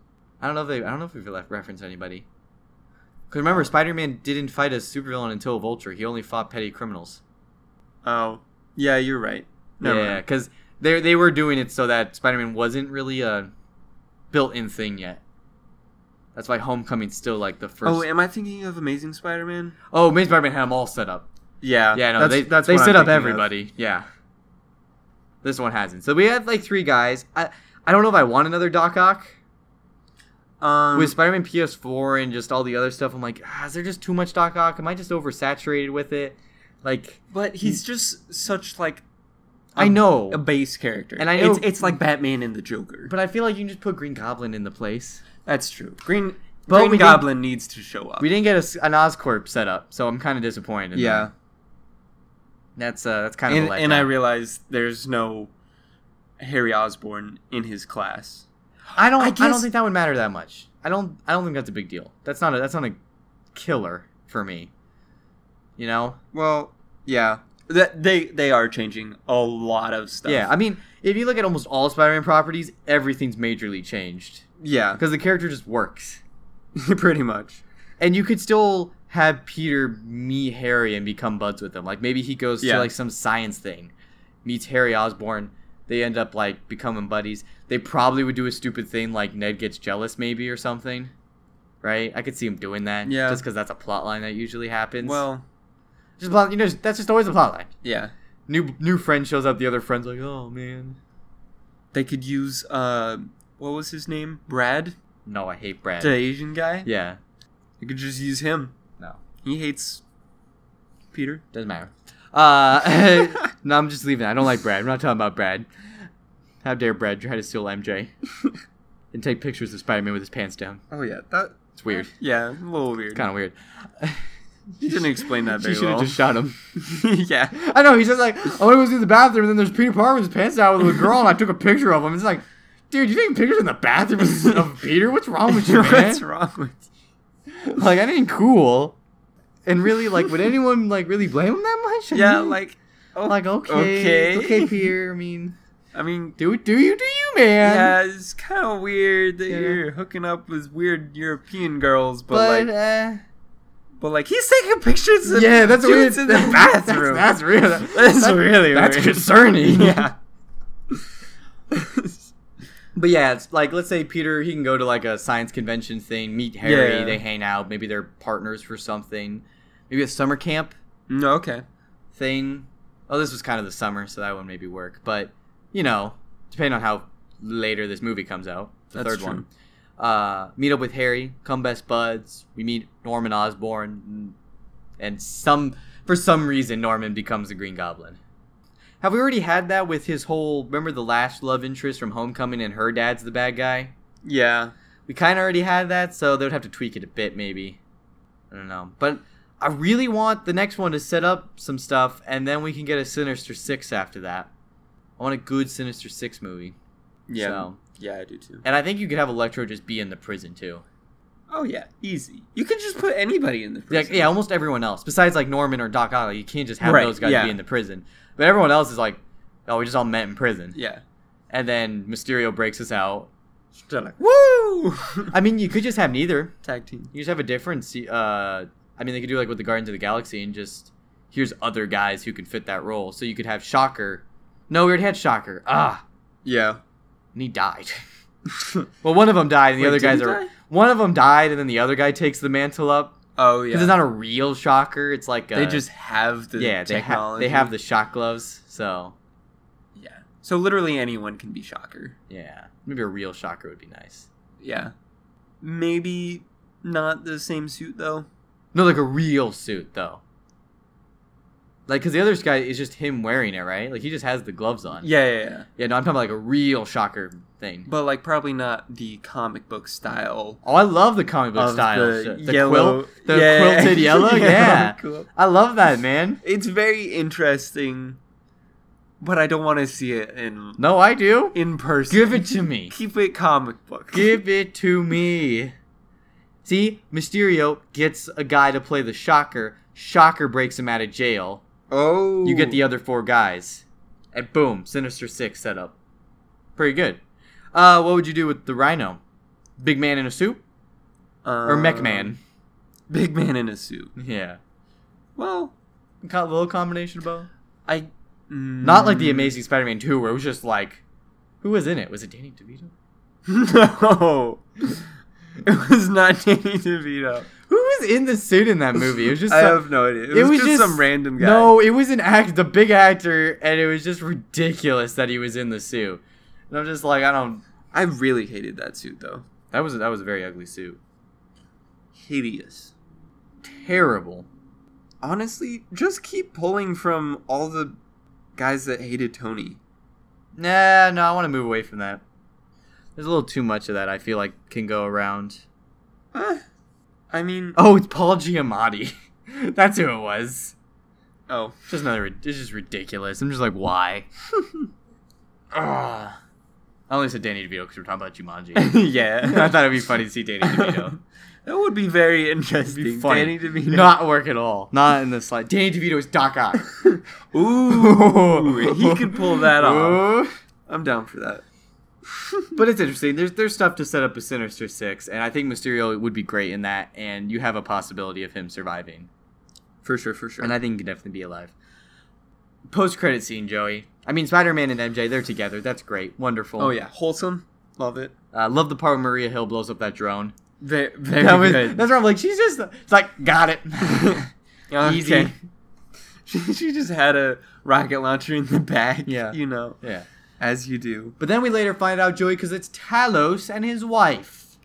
I don't know if they. I don't know if we've left referenced anybody. Because remember, Spider-Man didn't fight a supervillain until Vulture. He only fought petty criminals.
Oh. Yeah, you're right. Never
yeah,
mind.
because they they were doing it so that Spider-Man wasn't really a built-in thing yet. That's why Homecoming's still like the first.
Oh, am I thinking of Amazing Spider-Man?
Oh, Amazing Spider-Man had them all set up.
Yeah.
Yeah, no,
that's,
they
that's
they
what I'm
set up
thinking of.
everybody. Yeah, this one hasn't. So we have like three guys. I I don't know if I want another Doc Ock
Um,
with Spider-Man PS4 and just all the other stuff. I'm like, ah, is there just too much Doc Ock? Am I just oversaturated with it? Like,
but he's just such like
I
a-
know,
a base character,
And I
it's,
know-
it's like Batman and the Joker.
but I feel like you can just put Green Goblin in the place.
That's true. Green
But we
Green
didn't-
Goblin needs to show up.
We didn't get a s an Oscorp set up, so I'm kind of disappointed. in
yeah,
that. that's uh, that's kind of
and,
a
and I
letdown.
realize there's no Harry Osborn in his class.
I don't.
I
I, don't
guess-
think that would matter that much. I don't. I don't think that's a big deal. That's not a. That's not a killer for me. You know.
Well, yeah, that they they are changing a lot of stuff.
Yeah. I mean, if you look at almost all Spider-Man properties, everything's majorly changed [laughs]
yeah,
because the character just works,
pretty much.
and you could still have Peter meet Harry and become buds with him. Like maybe he goes
Yeah.
to like some science thing, meets Harry Osborn. They end up like becoming buddies. They probably would do a stupid thing like Ned gets jealous maybe or something. Right, I could see him doing that.
Yeah.
just because that's a plot line that usually happens.
Well,
Just plot, you know, that's just always a plot line.
yeah,
new new friend shows up. The other friend's like, "Oh man,
They could use uh, what was his name? Brad,
no, I hate Brad."
the Asian guy.
Yeah,
They could just use him.
no,
He hates Peter.
doesn't matter. Uh, [laughs] no, I'm just leaving. I don't like Brad. I'm not talking about Brad. How dare Brad try to steal
[laughs]
MJ and take pictures of Spider-Man with his pants down?
Oh yeah, that
It's weird.
yeah, a little weird.
Kind of weird.
You didn't
[laughs]
explain that
She
very
should have
well.
just [laughs] shot him.
[laughs] yeah,
I know. He's just like, I want to go to the bathroom, and then there's Peter Parker with his pants down with a girl, and I took a picture of him. It's like, dude, you taking pictures in the bathroom of Peter? What's wrong with you, man?
[laughs] what's wrong with?
Like, that ain't cool. And really, like, would anyone like really blame him that much? I
Yeah,
mean,
like oh,
like okay, okay, Peter. I mean,
[laughs] I mean,
do do you do you, man?
yeah, it's kind of weird that
Yeah.
you're hooking up with weird European girls, but,
but,
like,
uh,
but like he's taking pictures. Of
yeah, [laughs] that's weird.
dudes [laughs] in the bathroom.
that's, [laughs] that's real.
That's really
that's
weird.
concerning.
[laughs] yeah.
[laughs] But yeah, it's like let's say Peter he can go to like a science convention thing, meet Harry,
Yeah.
they hang out, maybe they're partners for something, maybe a summer camp
no, okay.
thing. Oh, this was kind of the summer, so that one maybe work. But you know, depending on how later this movie comes out, the
That's
third
true.
one, uh, meet up with Harry, come best buds. We meet Norman Osborn, and some for some reason Norman becomes the Green Goblin. Have we already had that with his whole? Remember the last love interest from Homecoming, and her dad's the bad guy.
Yeah.
We kind of already had that, so they would have to tweak it a bit, maybe. I don't know. But I really want the next one to set up some stuff, and then we can get a Sinister Six after that. I want a good Sinister Six movie.
Yeah.
So-
Yeah, I do too.
And I think you could have Electro just be in the prison, too.
Oh yeah, easy. You can just put anybody in the
Like,
prison.
yeah, almost everyone else. Besides, like, Norman or Doc Ock, you can't just have
Right,
those guys
yeah.
be in the prison. But everyone else is like, oh, we just all met in prison.
Yeah.
And then Mysterio breaks us out.
They're like, woo! [laughs]
I mean, you could just have neither.
Tag team.
You just have a different. se- Uh, I mean, they could do like with the Guardians of the Galaxy and just here's other guys who can fit that role. So you could have Shocker. No, we already had Shocker. Ah,
Yeah.
and he died. [laughs] well, one of them died, [laughs] and the
Wait,
other
did
guys
he
are.
die?
One of them died, and then the other guy takes the mantle up.
oh yeah.
Because it's not a real Shocker. It's like a,
they just have the
yeah. They, ha-
technology.
they have the shock gloves. So
yeah. So literally anyone can be Shocker.
yeah, maybe a real Shocker would be nice.
Yeah. Maybe not the same suit though.
No, like a real suit though. Like, cause the other guy is just him wearing it, right? Like he just has the gloves on.
Yeah, yeah, yeah.
Yeah, no, I'm talking about like a real shocker thing.
But like probably not the comic book style.
oh, I love the comic book
of
style.
the,
shit. The,
yellow,
quilt, the
Yeah. [laughs]
quilted yellow. Yeah,
cool.
I love that, man.
It's very interesting, but I don't want to see it in
No, I do.
in person.
Give it to me.
Keep it comic book.
Give it to me. See, Mysterio gets a guy to play the Shocker. Shocker breaks him out of jail.
[laughs] oh,
You get the other four guys, and boom, Sinister Six set up. Pretty good. Uh, what would you do with the Rhino? Big man in a suit or Mech Man?
Um, big man in a suit.
[laughs] Yeah.
Well,
Co- little combination of both.
I
Not like the
mm,
Amazing Spider-Man 2, where it was just like, who was in it? Was it Danny DeVito?
[laughs] no, it was not [laughs] Danny DeVito.
Who was in the suit in that movie? It was just
[laughs] I
some-
have no idea. It, was, just, some random guy.
No, it was an act, the big actor, and it was just ridiculous that he was in the suit. And I'm just like, I don't.
I really hated that suit though.
That was that was a very ugly suit.
Hideous.
Terrible.
Honestly, just keep pulling from all the guys that hated Tony.
Nah, no, I want to move away from that. There's a little too much of that. I feel like can go around.
Eh, I mean,
Oh, it's Paul Giamatti. [laughs] That's who it was. [laughs]
oh, [laughs]
Just another. It's just ridiculous. I'm just like, why?
Ah.
Ugh. I only said Danny DeVito because we're talking about Jumanji. [laughs] I
yeah,
thought it'd be funny to see
[laughs]
Danny DeVito.
that would be very interesting.
funny. [laughs]
Danny DeVito.
Not work at all. Not in the slide. Danny DeVito is Doc Ock.
[laughs] Ooh, he
[laughs]
could pull that off.
Ooh. [laughs]
I'm down for that.
But it's interesting. There's there's stuff to set up a Sinister Six, and I think Mysterio would be great in that. And you have a possibility of him surviving,
For sure, for sure.
and I think he could definitely be alive. Post credit scene, Joey. I mean, Spider Man and MJ, they're together. That's great, wonderful.
oh yeah, wholesome. Love it.
uh, love the part where Maria Hill blows up that
[laughs]
drone.
Very,
[laughs]
very
That was,
good.
that's where I'm like, she's just it's like got it,
[laughs] Okay.
easy.
she, she just had a rocket launcher in the back.
Yeah.
You know,
Yeah.
as you do.
But then we later find out, Joey, because it's Talos and his wife.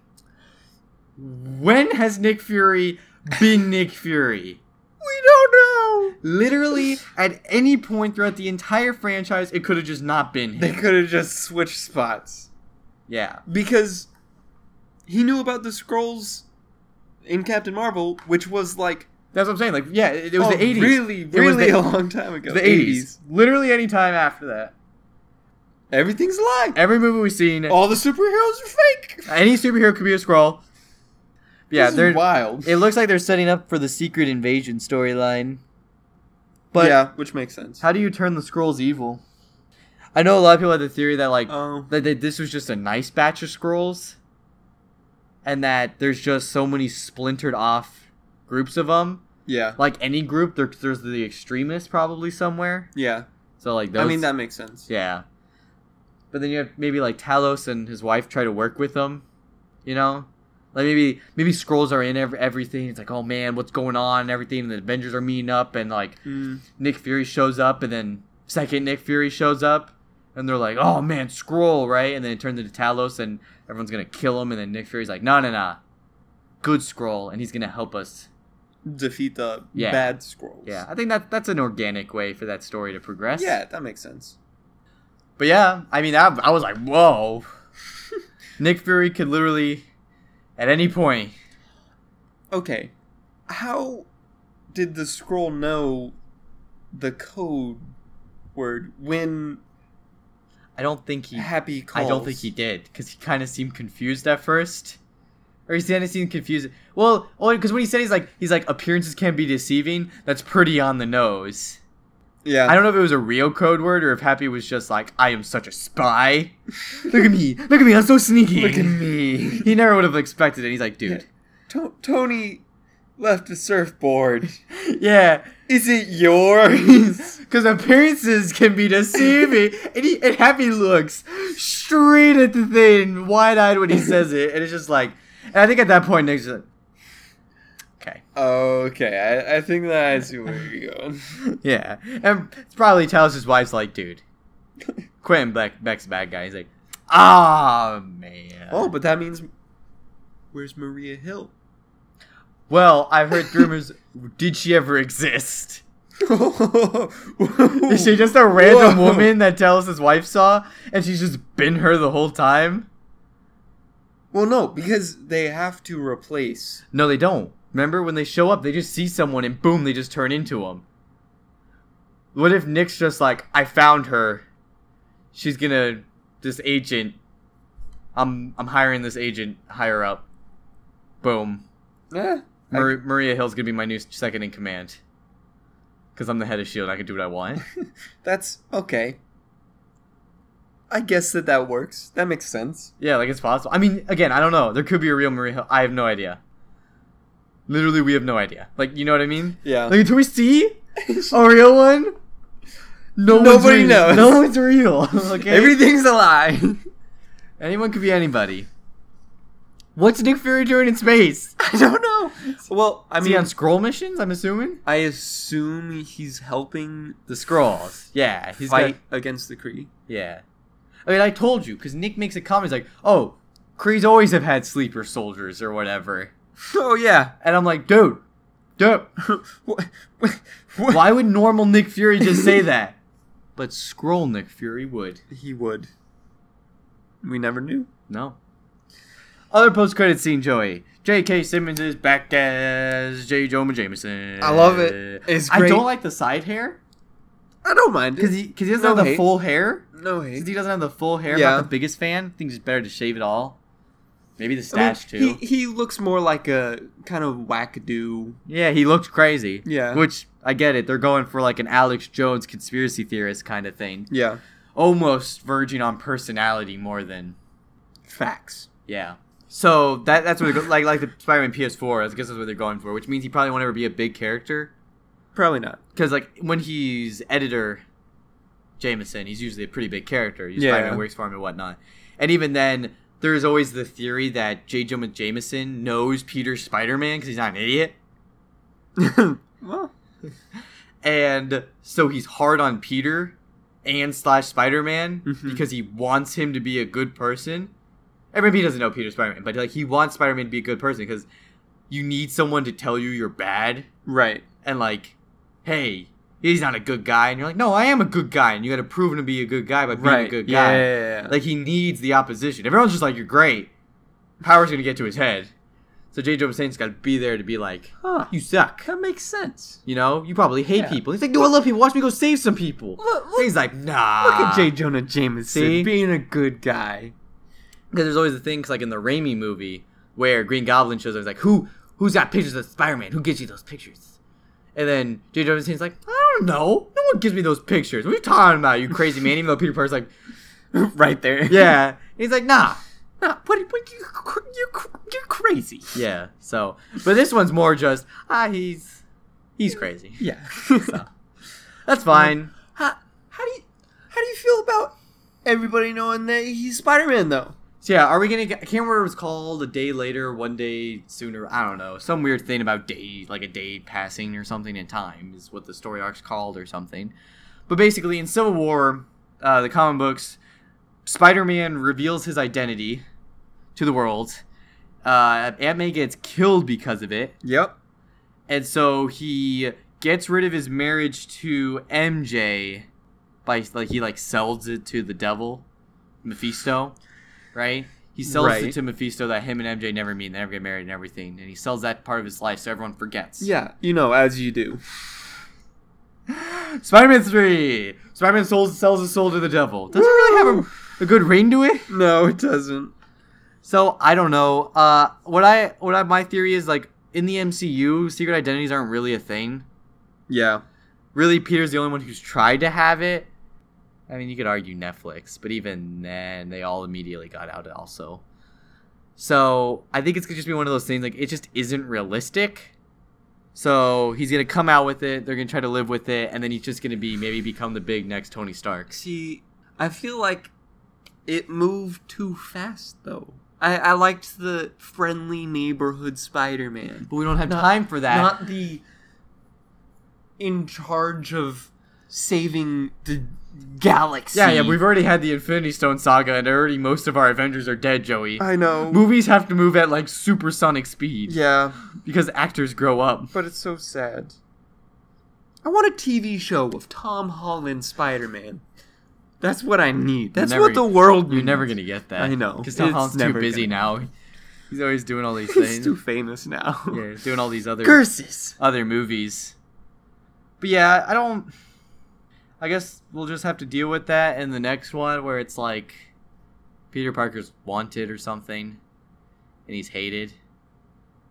When has Nick Fury
[laughs]
been Nick Fury?
We don't know.
Literally, at any point throughout the entire franchise, it could have just not been
They [laughs]
him.
could have just switched spots
Yeah.
because he knew about the scrolls in Captain Marvel, which was like
That's what I'm saying. Like, yeah, it, it was the
oh,
80s.
really,
It was
really Oh
the-
a long time ago.
the 80s. Literally any time after that.
Everything's live.
Every movie we've seen,
All the superheroes are fake.
any superhero could be a scroll. Yeah,
This is
they're.
wild.
It looks like they're setting up for the secret invasion storyline. But
yeah, which makes sense.
how do you turn the scrolls evil? I know a lot of people had the theory that like
Um,
that, that this was just a nice batch of scrolls, and that there's just so many splintered off groups of them.
yeah,
Like any group, there, there's the extremists probably somewhere.
yeah.
So like those,
I mean, that makes sense.
yeah. But then you have maybe like Talos and his wife try to work with them, you know, like maybe maybe scrolls are in ev- everything. It's like oh man, what's going on and everything. And the Avengers are meeting up and like
Mm,
Nick Fury shows up, and then second Nick Fury shows up, and they're like, "Oh man, scroll right," and then it turns into Talos, and everyone's gonna kill him, and then Nick Fury's like, "No, no, no, good scroll, and he's gonna help us."
defeat the
Yeah.
bad scrolls.
Yeah, I think that that's an organic way for that story to progress.
yeah, that makes sense.
but yeah, I mean, I, I was like, "Whoa, Nick Fury could literally, at any point,
Okay, how did the scroll know the code word when
I don't think he."
Happy calls?
I don't think he did because he kind of seemed confused at first, or he kind of seemed confused. Well, because when he said he's like he's like appearances can be deceiving. That's pretty on the nose.
Yeah,
I don't know if it was a real code word or if Happy was just like I am such a spy. [laughs] Look at me! Look at me! I'm so sneaky.
Look at me.
He never would have expected it. He's like, dude,
To- Tony left
[laughs]
a surfboard.
yeah,
Is
[laughs]
it yours?
because appearances can be deceiving. [laughs] and, he, and Happy looks straight at the thing, wide eyed when he says it, and it's just like, and I think at that point Nick's just like, okay.
okay, I, I think that I see where you're going.
[laughs] Yeah, and it's probably tells his wife's like, dude, Quentin Beck, Beck's a bad guy. He's like, ah man.
Oh, but that means where's Maria Hill?
well, I've heard rumors. [laughs] did she ever exist? [laughs] Is she just a random
Whoa.
woman that Talos' his wife saw, and she's just been her the whole time?
Well, no, because they have to replace.
No, they don't. Remember when they show up, they just see someone and boom, they just turn into him. What if Nick's just like, I found her. She's gonna this agent. I'm I'm hiring this agent higher up. Boom.
Eh,
Mar- Maria Hill's gonna be my new second in command. Cause I'm the head of Shield, I can do what I want.
that's okay. I guess that that works. That
[laughs]
makes sense.
yeah, like it's possible. I mean, again, I don't know. There could be a real Maria Hill. I have no idea. Literally, we have no idea. Like, you know what I mean?
Yeah.
Like, do we see a real one? No
Nobody
one's real.
knows.
No one's real. [laughs] okay.
Everything's a lie. [laughs]
Anyone could be anybody. What's Nick Fury doing in space?
I don't know. Well, I
Is he
mean,
on scroll missions? I'm assuming.
I assume he's helping
The scrolls. Yeah, he's
fight
got-
against the Kree. [laughs]
yeah. I mean, I told you because Nick makes a comment. He's like, "Oh, Kree's always have had sleeper soldiers or whatever,"
Oh yeah.
and I'm like, "Dude, [laughs] dude,
[laughs] what, what,
why would normal Nick Fury just say that?" But scroll Nick Fury would.
He would. We never knew.
No. Other post credit scene, Joey. J.K. Simmons is back as J. Jonah Jameson.
I love it. It's
I
great.
don't like the side hair
I don't mind.
because he, cause he doesn't
No
have the
hate.
full hair.
no hate.
Since he doesn't have the full hair, I'm
Yeah.
not the biggest fan. I think it's better to shave it all. Maybe the
I mean,
stash too.
He, he looks more like a kind of wackadoo.
yeah, he looked crazy.
Yeah.
Which I get it. They're going for like an Alex Jones conspiracy theorist kind of thing,
Yeah.
almost verging on personality more than
Facts.
Yeah. So that that's what they're go- like like the Spider-Man PS4. I guess that's what they're going for, which means he probably won't ever be a big character
Probably not. [laughs]
because like when he's editor Jameson, he's usually a pretty big character. He's
Yeah.
Spider-Man works for him and whatnot. And even then, there is always the theory that J. Jonah Jameson knows Peter's Spider-Man because he's not an idiot.
well,
and so he's hard on Peter and slash Spider Man
Mhm.
because he wants him to be a good person. Everybody doesn't know Peter Spider Man, but like he wants Spider Man to be a good person because you need someone to tell you you're bad
Right.
and like, hey, he's not a good guy, and you're like, no, I am a good guy, and you got to prove him to be a good guy by being
right.
a good
yeah,
guy.
yeah, yeah, yeah.
Like he needs the opposition. Everyone's just like, you're great. Power's gonna get to his head. So J. Joe Saint's gotta be there to be like,
huh.
you suck.
That makes sense.
You know, you probably hate
Yeah.
people. He's like, no, I love people. Watch me go save some people.
Look-
And he's like, nah.
Look at J. Jonah Jameson
See?
being a good guy. [laughs]
Because there's always the thing, 'cause, like in the Raimi movie, where Green Goblin shows up, he's like, who, who's got pictures of Spider-Man? Who gives you those pictures? And then J. Joe Saint's like, I don't know. No one gives me those pictures. What are you talking about, you crazy man? Even though Peter Parker's like,
right there. [laughs]
yeah. And he's like, nah.
No, what, what you, cr- you, cr- you're crazy.
Yeah. So, but this one's more just ah, he's he's crazy.
[laughs] Yeah.
That's fine.
how, how do you how do you feel about everybody knowing that he's Spider-Man though?
So yeah, are we gonna? Get, I can't remember. It was called a day later, one day sooner. I don't know. Some weird thing about day, like a day passing or something in time, is what the story arc's called or something. But basically, in Civil War, uh, the comic books, Spider-Man reveals his identity to the world. Uh, Aunt May gets killed because of it.
Yep.
And so he gets rid of his marriage to MJ by like he like sells it to the devil, Mephisto, right? He sells
Right.
it to Mephisto that him and MJ never meet, they never get married and everything, and he sells that part of his life so everyone forgets.
Yeah, you know, as you do.
Spider-Man 3. Spider-Man sells, sells his soul to the devil. Doesn't really have a, a good ring to it.
No, it doesn't.
So I don't know. Uh, what I what I, my theory is like in the MCU, secret identities aren't really a thing.
Yeah.
really Peter's the only one who's tried to have it. I mean, you could argue Netflix, but even then, they all immediately got out also. So I think it's gonna just be one of those things like it just isn't realistic. So he's gonna come out with it. They're gonna try to live with it, and then he's just gonna be maybe become the big next Tony Stark.
See, I feel like it moved too fast though. I, I liked the friendly neighborhood Spider-Man.
But we don't have
Not-
time for that.
Not the in charge of saving the galaxy.
yeah, yeah. We've already had the Infinity Stone saga, and already most of our Avengers are dead. Joey,
I know.
movies have to move at like supersonic speed
Yeah,
because actors grow up.
but it's so sad. I want a TV show with Tom Holland Spider Man. That's what I need. That's
never-
what the world
You're
needs.
never gonna get that.
I know.
Because Tom
It's
Holland's too
never
busy
gonna
now. He's always doing all
[laughs]
these
He's
things.
too famous now.
yeah, he's doing all these other
Curses. [laughs]
other movies. But yeah, I don't. I guess we'll just have to deal with that in the next one, where it's like Peter Parker's wanted or something, and he's hated.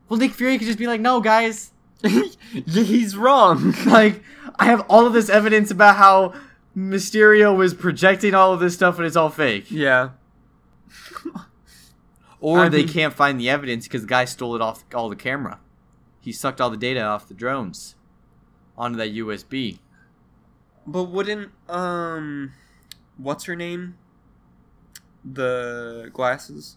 Well, Nick Fury could just be like, "No, guys, [laughs]
He's [laughs] wrong.
like I have all of this evidence about how Mysterio was projecting all of this stuff, and it's all fake."
yeah.
Or
I
they
mean-
can't find the evidence because the guy stole it off all the camera. He sucked all the data off the drones onto that USB.
But wouldn't um, what's her name? The glasses.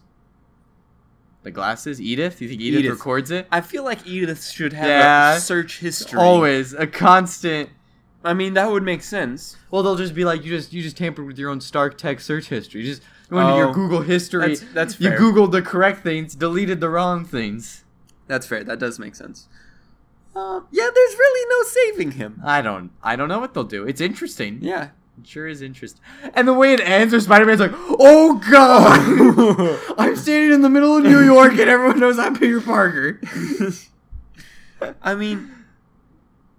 The glasses, Edith. You think Edith,
Edith.
records it?
I feel like Edith should have
Yeah.
a search history.
Always a constant.
I mean, that would make sense.
Well, they'll just be like, you just you just tampered with your own Stark Tech search history. You just you went to your
Oh.
Google history.
That's- that's
you
fair.
googled the correct things, deleted the wrong things.
That's fair. That does make sense. Um, yeah, there's really no saving him.
I don't I don't know what they'll do. It's interesting.
Yeah. [laughs]
It sure is interesting. And the way it ends, where Spider Man's like, "Oh [laughs] God, I'm standing in the middle of New York, and everyone knows I'm Peter Parker."
I mean,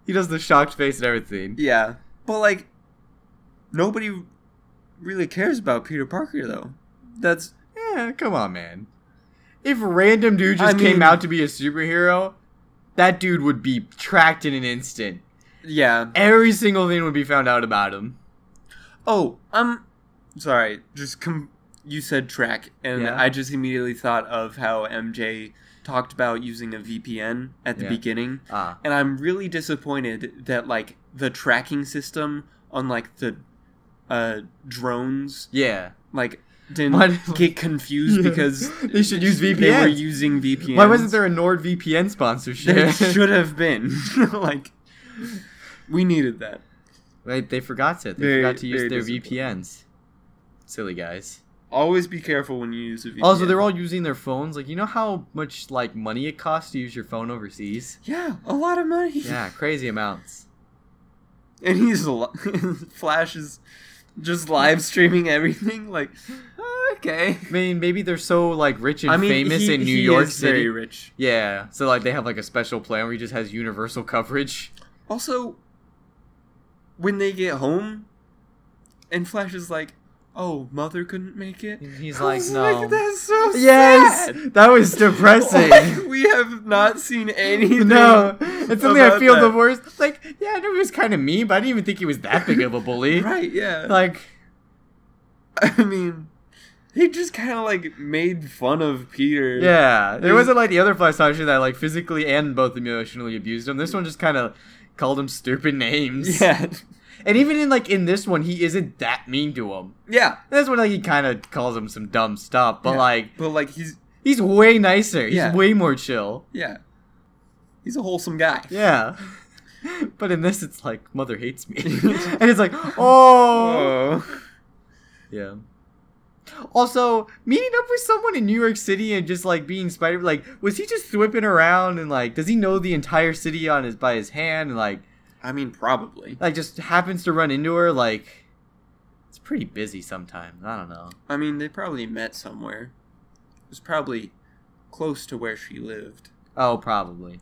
He does the shocked face and everything.
yeah. But, like, nobody really cares about Peter Parker, though. That's.
Yeah, come on, man. If a random dude just
I
came
mean-
out to be a superhero, that dude would be tracked in an instant.
Yeah.
Every single thing would be found out about him.
Oh, I'm. Sorry. Just com- You said track, and
Yeah.
I just immediately thought of how MJ talked about using a VPN at the
Yeah.
beginning.
Ah,
and I'm really disappointed that like the tracking system on like the uh drones
yeah.
like didn't
Why did-
[laughs] get
[laughs]
confused
Yeah.
because
They should use
they were
VPNs.
using
[laughs]
VPN. [laughs]
Why wasn't there a NordVPN sponsorship?
There should have been like We needed that.
They, they forgot it. They,
They-
forgot to
they're
use their
disappointed.
VPNs. Silly guys.
Always be careful when you use a VPN.
Also, they're all using their phones. Like, you know how much like money it costs to use your phone overseas?
yeah, a lot of money.
Yeah, crazy amounts.
[laughs] and he's li- [laughs] Flash is just live streaming everything. Like, okay.
I mean, maybe they're so like rich and famous
he-
in New
he
York
is
City.
very rich.
Yeah, so like they have like a special plan where he just has universal coverage.
Also, when they get home, and Flash is like, "Oh, Mother couldn't make it."
And he's
I
like,
was
"No."
that's so
Yes,
sad."
that [laughs] was depressing. [laughs]
[laughs] Like, we have not seen anything.
no, it's something I
about
feel the
that.
worst. Like, yeah, I know he was kind of mean, but I didn't even think he was that big of a [laughs] bully.
Right? Yeah.
Like,
[laughs] I mean, he just kind of like made fun of Peter.
yeah, it
There's-
wasn't like the other Flash Thompson that like physically and both emotionally abused him. This one just kind of called him stupid names.
[laughs] Yeah.
and even in like in this one, he isn't that mean to him.
Yeah.
That's when like he kind of calls him some dumb stuff, but
Yeah.
like
But like he's
he's way nicer. He's
Yeah.
way more chill.
yeah, he's a wholesome guy.
Yeah. [laughs] But in this, it's like mother hates me, [laughs] and it's like oh
Oh.
yeah. Also, meeting up with someone in New York City and just like being Spider, like was he just whipping around and like does he know the entire city on his by his hand and like
I mean, probably.
like just happens to run into her like it's pretty busy sometimes. I don't know.
I mean, they probably met somewhere. It was probably close to where she lived.
Oh, probably.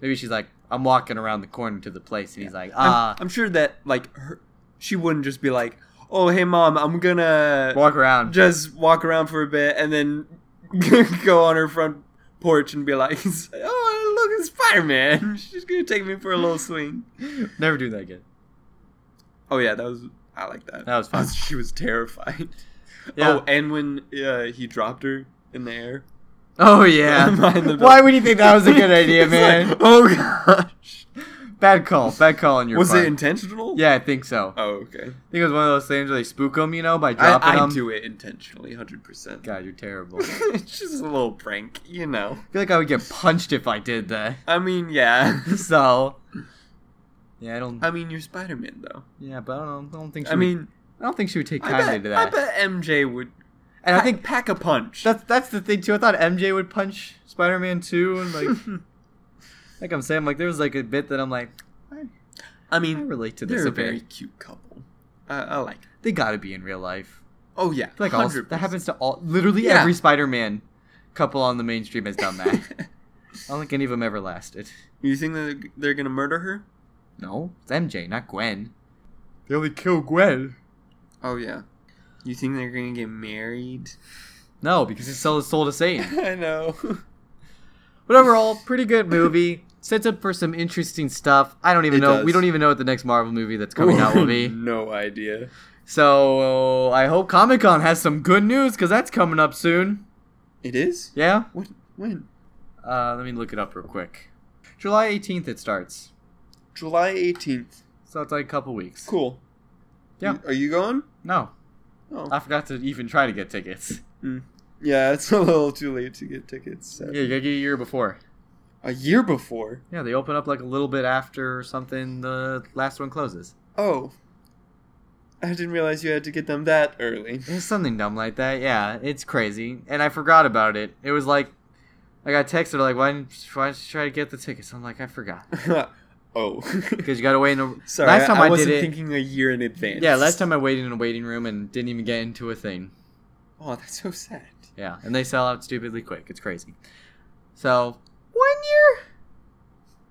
Maybe she's like I'm walking around the corner to the place, and he's like
I'm-
ah.
[laughs] I'm, sure that like her, she wouldn't just be like, "Oh, hey mom, I'm gonna
Walk around.
just walk around for a bit and then [laughs] go on her front porch and be like, "Oh, look, it's Spider-Man. [laughs] She's gonna take me for a little swing."
Never do that again.
Oh yeah, that was I like that.
That was fun.
[laughs] She was terrified.
Yeah.
Oh, and when uh, he dropped her in the air.
Oh
[laughs]
yeah.
Behind the
Why
belt.
would you think that was a
[laughs]
good idea,
It's
man?
like, oh gosh.
Bad call. Bad call on your
Was
part.
it intentional?
yeah, I think so.
Oh, okay.
I think it was one of those things where they spook them, you know, by dropping
I, I
them.
do it intentionally, hundred percent.
God, you're terrible. I
[laughs] It's just a little prank, you know.
feel like I would get punched if I did that. [laughs]
I mean, yeah. [laughs]
So. Yeah, I don't.
I mean, you're Spider-Man, though.
Yeah, but I don't. know. I don't think. She
I
would-
mean,
I don't think she would take
I
kindly
bet,
to
I
that.
bet MJ would.
and I think
pack a punch. [laughs]
that's that's the thing too. I thought MJ would punch Spider-Man too, and like like I'm saying, like there was like a bit that I'm like,
I
I
mean,
relate to this
they're
a
a very
bit.
cute couple. I, I like. It.
They gotta be in real life.
Oh yeah,
I feel like all,
100%.
that
[laughs]
happens to all literally
Yeah.
every Spider-Man couple on the mainstream has done that. [laughs] I don't think any of them ever lasted.
you think that they're- they're gonna murder her?
No, it's MJ, not Gwen. They only kill Gwen.
Oh yeah. You think they're gonna get married?
No, because he sold his soul to Satan.
[laughs] I know.
But overall, pretty good movie. Sets up for some interesting stuff. I don't even
It
know. We
does.
don't even know what the next Marvel movie that's [laughs] coming out will be.
[laughs] no idea.
So I hope Comic Con has some good news because that's coming up soon.
It is.
Yeah.
What? When?
Uh, let me look it up real quick. July 18th it starts.
July eighteenth.
So it's like a couple weeks.
Cool.
Yeah. Uh.
Are you going?
No,
Oh.
I forgot to even try to get tickets. [laughs]
yeah, it's [laughs] a little too late to get tickets. so-
Yeah, you gotta get a year before.
A year before.
Yeah, they open up like a little bit after or something. The last one closes.
Oh. I didn't realize you had to get them that early. [laughs]
It's something dumb like that. Yeah, it's crazy, and I forgot about it. It was like I got texted like, "Why didn't, why didn't you try to get the tickets?" I'm like, I
[laughs]
forgot
oh. [laughs]
because you gotta wait. In a...
Sorry,
last time I,
I, wasn't
did it.
thinking a year in advance.
Yeah, last time I waited in a waiting room and didn't even get into a thing.
Oh, that's so sad.
Yeah, and they sell out stupidly quick. It's crazy. So one year,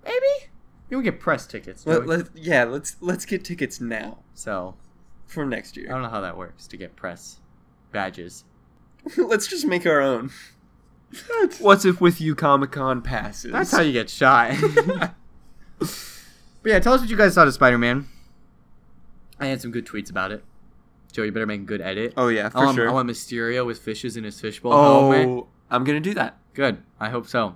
maybe you would get press tickets.
Let,
don't we?
let, yeah, let's let's get tickets now
so
for next
I
year.
don't know how that works to get press badges.
[laughs] let's just make our own. What's if with you Comic Con passes?
That's how you get
[laughs]
shot. but yeah, tell us what you guys thought of Spider Man. I had some good tweets about it. Joe, you better make a good edit.
Oh yeah, for
I want,
sure.
I want Mysterio with fishes in his fishbowl helmet.
oh, I'm gonna do that.
Good. I hope so.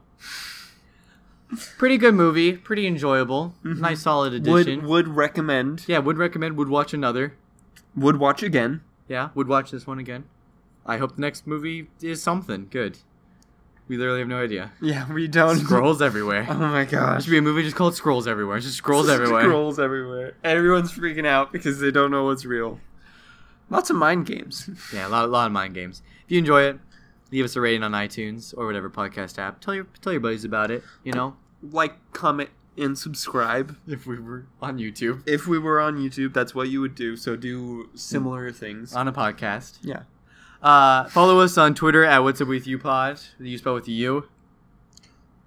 Pretty good movie. Pretty enjoyable. Nice, solid addition.
Mm-hmm. Would would recommend.
yeah, would recommend. Would watch another.
Would watch again.
Yeah, would watch this one again. I hope the next movie is something good. We literally have no [laughs] idea.
Yeah, we don't.
Scrolls everywhere.
[laughs] Oh my
There
gosh.
should be a movie just called Scrolls Everywhere. It's just [laughs] scrolls everywhere.
Scrolls everywhere. Everyone's freaking out because they don't know what's real. Lots of mind games.
Yeah, a lot, a lot of mind games. If you enjoy it, leave us a rating on iTunes or whatever podcast app. Tell your tell your buddies about it. You know,
Like, comment, and subscribe.
[laughs] if we were on YouTube
If we were on YouTube, that's what you would do. So do similar things.
on a podcast,
Uh, Yeah.
uh, follow us on Twitter at What's Up With You Pod. The U spell with the U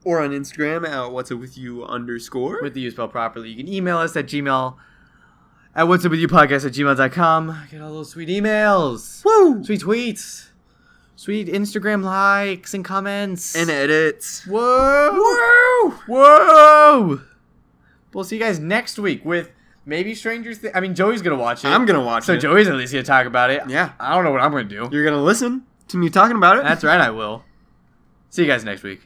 Or on Instagram at what's up with you underscore.
with the U spell properly. You can email us at Gmail at What's Up With You Podcast at gmail.com. Get all those sweet emails,
Woo!
sweet tweets, sweet Instagram likes and comments.
And edits.
Whoa!
Woo!
Whoa! We'll see you guys next week with maybe Stranger Things. I mean, Joey's gonna watch it.
I'm gonna watch
so
it.
Joey's at least gonna talk about it.
Yeah.
I don't know what I'm gonna do.
You're gonna listen to me talking about it.
That's right, I will. See you guys next week.